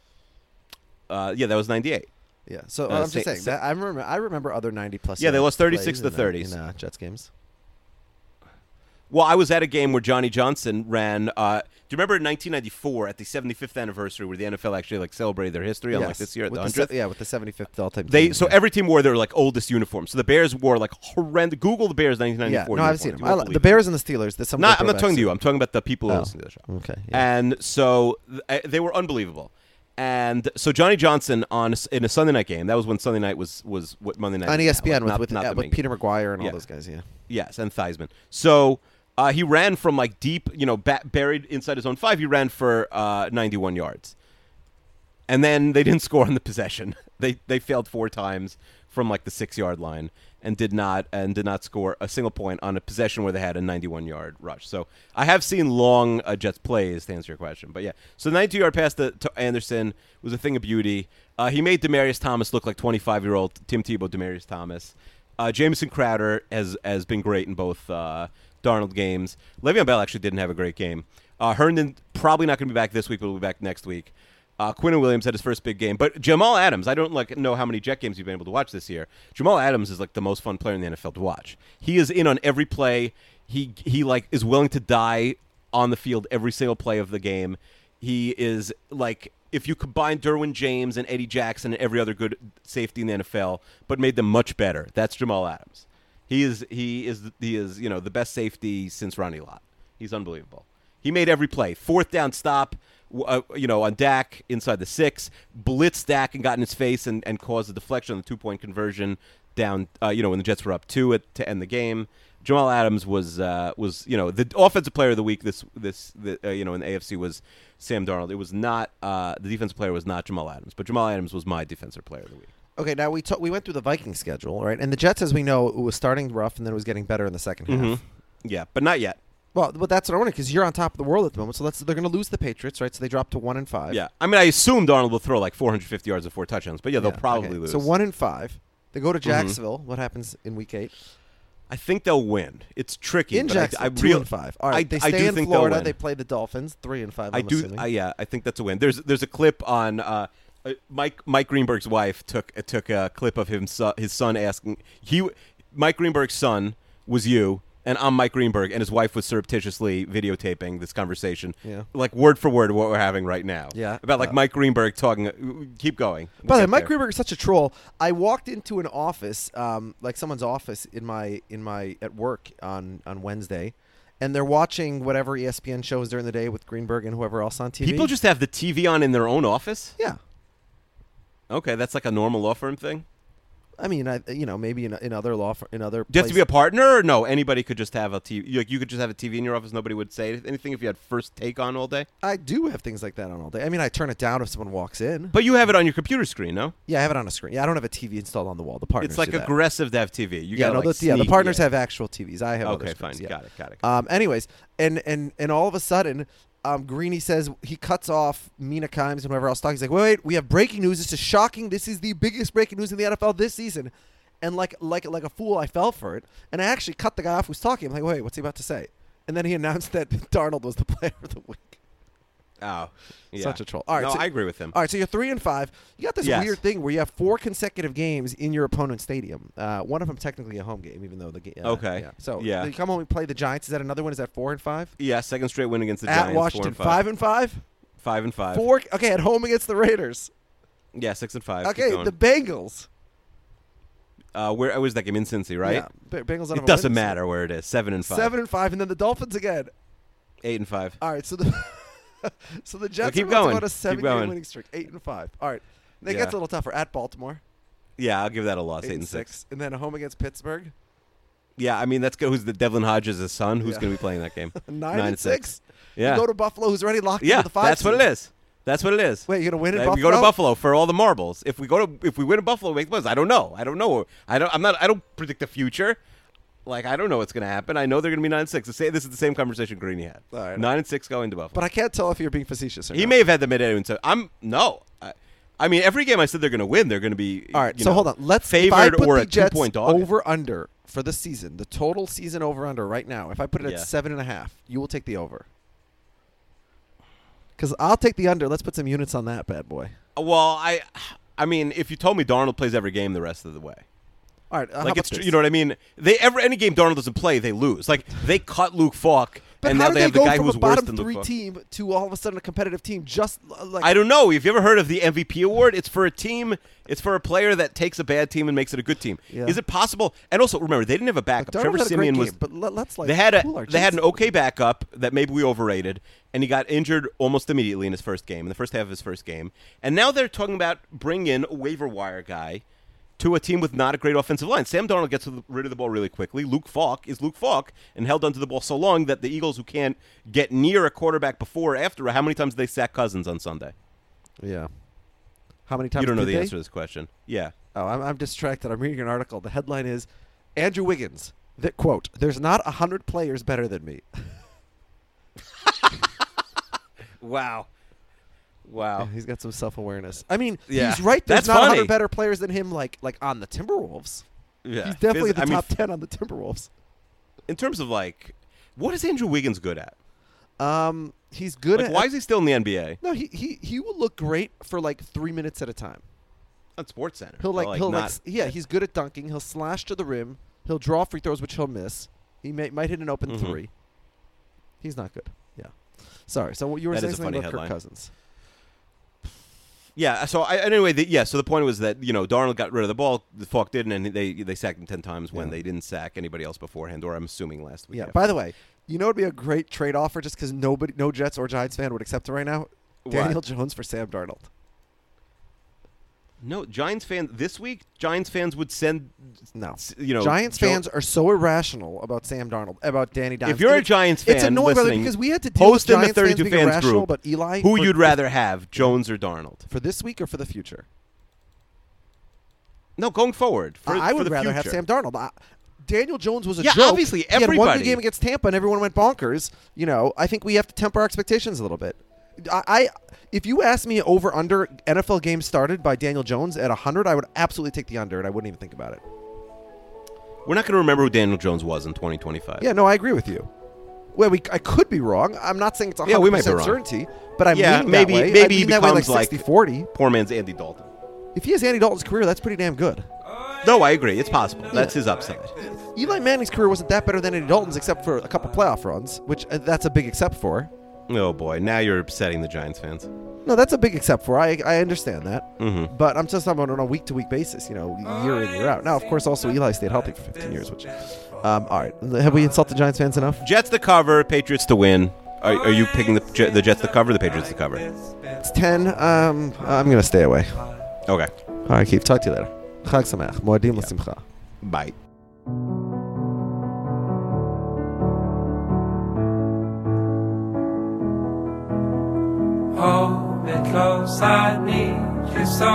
uh, yeah, that was ninety eight. yeah. So uh, I'm say- just saying say- that I remember. I remember other 90 plus. Yeah, they yard lost plays 36 to in, uh, 30s. in uh, Jets games. Well, I was at a game where Johnny Johnson ran. Uh, do you remember in 1994 at the 75th anniversary where the NFL actually like celebrated their history, unlike Yes, this year at with the 100th? se- yeah, with the 75th all time. They so every team wore their like oldest uniform. So the Bears wore like horrendous. Google the Bears yeah. 1994. No, I've uniforms. seen You them. won't I li- believe the it. Bears and the Steelers. There's some. Not, I'm not talking to you. I'm talking about the people who Oh, listen to the show. okay, yeah. And so th- I- they were unbelievable. And so Johnny Johnson on a s in a Sunday night game. That was when Sunday night was was what Monday night on is now, ESPN like, not- with with, not uh, the main with game. Peter McGuire and Yeah. all those guys. Yeah. Yes, and Theismann. So uh, he ran from like deep, you know, ba- buried inside his own five. He ran for uh, 91 yards, and then they didn't score on the possession. They they failed four times from like the six yard line and did not and did not score a single point on a possession where they had a 91 yard rush. So I have seen long uh, Jets plays to answer your question, but yeah. So 92 yard pass to, to Anderson was a thing of beauty. Uh, he made Demarius Thomas look like 25 year old Tim Tebow Demarius Thomas. Uh, Jameson Crowder has has been great in both uh, Darnold games. Le'Veon Bell actually didn't have a great game. Uh, Herndon probably not going to be back this week, but will be back next week. Uh, Quinn Williams had his first big game, but Jamal Adams. I don't like know how many Jet games you've been able to watch this year. Jamal Adams is like the most fun player in the NFL to watch. He is in on every play. He he like is willing to die on the field every single play of the game. He is like if you combine Derwin James and Eddie Jackson and every other good safety in the NFL, but made them much better. That's Jamal Adams. He is he is he is you know the best safety since Ronnie Lott. He's unbelievable. He made every play. Fourth down stop, w- uh, you know, on Dak inside the six, blitzed Dak and got in his face and, and caused a deflection on the two point conversion down. Uh, you know, when the Jets were up two at, to end the game. Jamal Adams was uh, was you know the offensive player of the week this this the, uh, you know in the AFC was Sam Darnold. It was not uh, the defensive player was not Jamal Adams, but Jamal Adams was my defensive player of the week. Okay, now we ta- we went through the Viking schedule, right? And the Jets, as we know, it was starting rough and then it was getting better in the 2nd half. Mm-hmm. Yeah, but not yet. Well, but that's ironic because you're on top of the world at the moment, so that's they're going to lose the Patriots, right? So they drop to one and five. Yeah, I mean, I assume Darnold will throw like 450 yards and four touchdowns, but yeah, they'll Yeah, probably okay. lose. Mm-hmm. So one and five. They go to Jacksonville. What happens in week eight? I think they'll win. It's tricky. in but I- Jacksonville, I, two real- and five. All right, I- they I stay do in think they'll Florida. win. They play the Dolphins, three and five. I I'm do. assuming. I, yeah, I think that's a win. There's there's a clip on uh, uh, Mike Mike Greenberg's wife took uh, took a clip of him so, his son asking he Mike Greenberg's son was you and I'm Mike Greenberg and his wife was surreptitiously videotaping this conversation. Yeah. like word for word what we're having right now. Yeah. about like Uh, Mike Greenberg talking. uh, Keep going. We'll By the way, get Mike there. Greenberg is such a troll. I walked into an office, um, like someone's office in my in my at work on on Wednesday, and they're watching whatever E ESPN shows during the day with Greenberg and whoever else on TV. People just have the TV on in their own office. yeah. Okay, that's like a normal law firm thing. I mean, I you know maybe in, in other law fir- in other Do you have to be a places- partner, or no? Anybody could just have a TV. Like you could just have a TV in your office. Nobody would say anything if you had first take on all day. I do have things like that on all day. I mean, I turn it down if someone walks in. But you have it on your computer screen, no? yeah, I have it on a screen. Yeah, I don't have a TV installed on the wall. The partners it's like do that. aggressive to have TV. You yeah, gotta, no, like, the, yeah, the sneak- partners yeah. have actual TVs. I have other Okay, screens, fine. yeah. Got it, got it, got Um, anyways, and and and all of a sudden, um, Greeny says he cuts off Mina Kimes and whoever else talking. He's like, wait, wait, we have breaking news. This is shocking. This is the biggest breaking news in the NFL this season. And like like like a fool, I fell for it, and I actually cut the guy off who was talking. I'm like, wait, what's he about to say? And then he announced that Darnold was the player of the week. Oh, yeah. Such a troll. All right, no, so- I agree with him. All right, so you're three and five. You got this Yes. weird thing where you have four consecutive games in your opponent's stadium. Uh, one of them technically a home game, even though the game. Okay. Yeah. So Yeah. you come home and play the Giants. Is that another one? Is that four and five? Yeah, second straight win against the At Giants. Washington, four and five. and five. Five and five. Four. Okay, at home against the Raiders. Yeah, six and five. Keep Okay, going. the Bengals. uh, where was that game in Cincy, right? Yeah, Ba- Bengals. on a It win doesn't this year. matter where it is. Seven and five. Seven and five, and then the Dolphins again. Eight and five. All right, so the so the Jets keep are about to go on going. a Keep seven-game going. winning streak, eight and five. All right, that Yeah. gets a little tougher at Baltimore, yeah, I'll give that a loss. eight, and six. and then a home against Pittsburgh, Yeah, I mean that's good. Who's the Devlin Hodges' son? Who's Yeah. going to be playing that game? nine, and six. You Yeah, go to Buffalo, who's already locked yeah. into the five. That's what seed. it is. That's what it is. Wait, you're gonna win in Uh, We go to Buffalo? Buffalo for all the marbles. If we go to if we win in Buffalo, we make the playoffs. I don't know. I don't know. I don't. I'm not. I don't predict the future. Like I don't know what's going to happen. I know they're going to be nine and six. The sa- This is the same conversation Greeny had. All right. Nine and six going to Buffalo. But I can't tell if you're being facetious or he not. may have had the mid and so I'm no. I, I mean, every game I said they're going to win, they're going to be. All right, you so know, hold on. Let's favored if I put or the a Jets two point dog. over under for the season, the total season over under right now. If I put it at Yeah. seven and a half, you will take the over. Because I'll take the under. Let's put some units on that bad boy. Well, I, I mean, if you told me Darnold plays every game the rest of the way, All right, uh, how like about it's tr- this? you know what I mean. They ever any game Darnold doesn't play, they lose. Like they caught Luke Falk, But and how now do they have the go guy from who was a worse bottom than three Luke Falk. team to all of a sudden a competitive team? Just uh, like I don't know. Have you ever heard of the MVP award? It's for a team. It's for a player that takes a bad team and makes it a good team. Yeah. Is it possible? And also remember, they didn't have a backup. Darnold Trevor had a great Simeon game, was. but let, us like they had cool a our they had an jets. okay backup that maybe we overrated, and he got injured almost immediately in his first game, in the first half of his first game. And now they're talking about bring in a waiver wire guy to a team with not a great offensive line. Sam Darnold gets rid of the ball really quickly. Luke Falk is Luke Falk and held onto the ball so long that the Eagles, who can't get near a quarterback before or after, how many times did they sack Cousins on Sunday? Yeah. How many times? you don't know did the they? answer to this question. Yeah. Oh, I'm, I'm distracted. I'm reading an article. The headline is Andrew Wiggins. That quote: "There's not a hundred players better than me." Wow. Wow. He's got some self awareness. I mean, Oh. Yeah. he's right. There's That's not a funny. hundred better players than him. Like like on the Timberwolves. Yeah. He's definitely Phys- the I mean, top ten on the Timberwolves. in terms of like, what is Andrew Wiggins good at? Um, he's good. Like, at, why is he still in the NBA? no? He, he he will look great for like three minutes at a time. On Sports Center. He'll like, he'll like not- s- yeah. He's good at dunking. He'll slash to the rim. He'll draw free throws, which he'll miss. He may, might hit an open Mhm. three. He's not good. Yeah. Sorry. So what you were That saying is a something funny about Kirk headline. Cousins. yeah. So I, anyway, the, yeah. So the point was that you know Darnold got rid of the ball, the Falk didn't, and they they sacked him ten times when Yeah. they didn't sack anybody else beforehand, or I'm assuming last week. Yeah. after. By the way, you know it'd be a great trade offer just because nobody, no Jets or Giants fan would accept it right now. What? Daniel Jones for Sam Darnold. no Giants fan this week. Giants fans would send No, S- you know, Giants Joe- fans are so irrational about Sam Darnold, about Danny Dimes. If you're And a it- Giants fan, it's annoying brother, listening, because we had to deal post with in the Giants fans 32 being fans irrational, group but Eli, who for- you'd rather have, Jones or Darnold. for this week or for the future? No, going forward. For, I I for would the rather have future. Sam Darnold. I, Daniel Jones was a Yeah, joke. obviously, he had one good everybody- game against Tampa, and everyone went bonkers. You know, I think we have to temper our expectations a little bit. I, I if you asked me over under NFL games started by Daniel Jones at 100, I would absolutely take the under, and I wouldn't even think about it. We're not going to remember who Daniel Jones was in 2025. Yeah, no, I agree with you. Well, we, I could be wrong. I'm not saying it's 100% Yeah, we might be wrong. certainty, but I'm Yeah, leaning maybe- that way. maybe I he lean that way like becomes, like- 60 40. Poor man's Andy Dalton. If he has Andy Dalton's career, that's pretty damn good. No, I agree. It's possible. That's his upside. Eli Manning's career wasn't that better than Andy Dalton's, except for a couple playoff runs, which uh, that's a big except for. Oh boy, now you're upsetting the Giants fans. Mm-hmm. No, that's a big except for. I, I understand that. But I'm just talking about on a week to week basis, you know, year in, year out. Now, of course, also Eli stayed healthy for 15 years, which. Um, all right. Have we insulted Giants fans enough? Jets to cover, Patriots to win. Are, are you picking the, Je- the Jets to cover, or the Patriots to cover? It's 10. Um, I'm going to stay away. Okay, All right, Keith. Talk to you later. Chag Sameach. Moedim L'Simcha. bye. Hold me close, Oh, I need you, so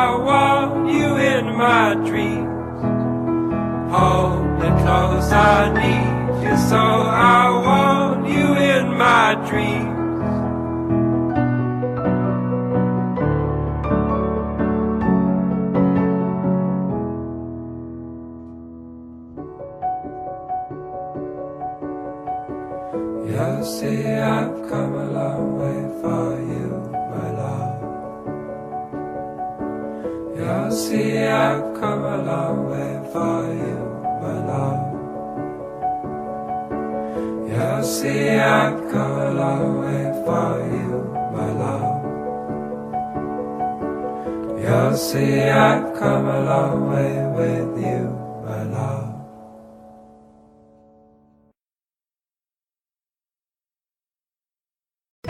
I want you in my dreams. Hold me close, I need you, so I want you in my dreams. You see, I've come a long way for you, my love. You see, I've come a long way for you, my love. You see, I've come a long way for you, my love. You'll see I've come a long way with you, my love.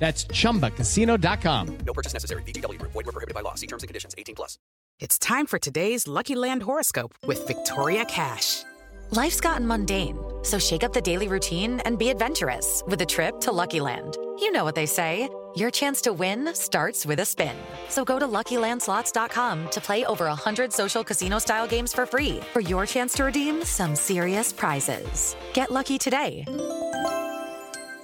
That's chumbacasino.com. No purchase necessary. VGW Group. Void were prohibited by law. See terms and conditions. 18 plus. It's time for today's Lucky Land horoscope with Victoria Cash. Life's gotten mundane, so shake up the daily routine and be adventurous with a trip to Lucky Land. You know what they say your chance to win starts with a spin. So go to luckylandslots.com to play over 100 social casino style games for free for your chance to redeem some serious prizes. Get lucky today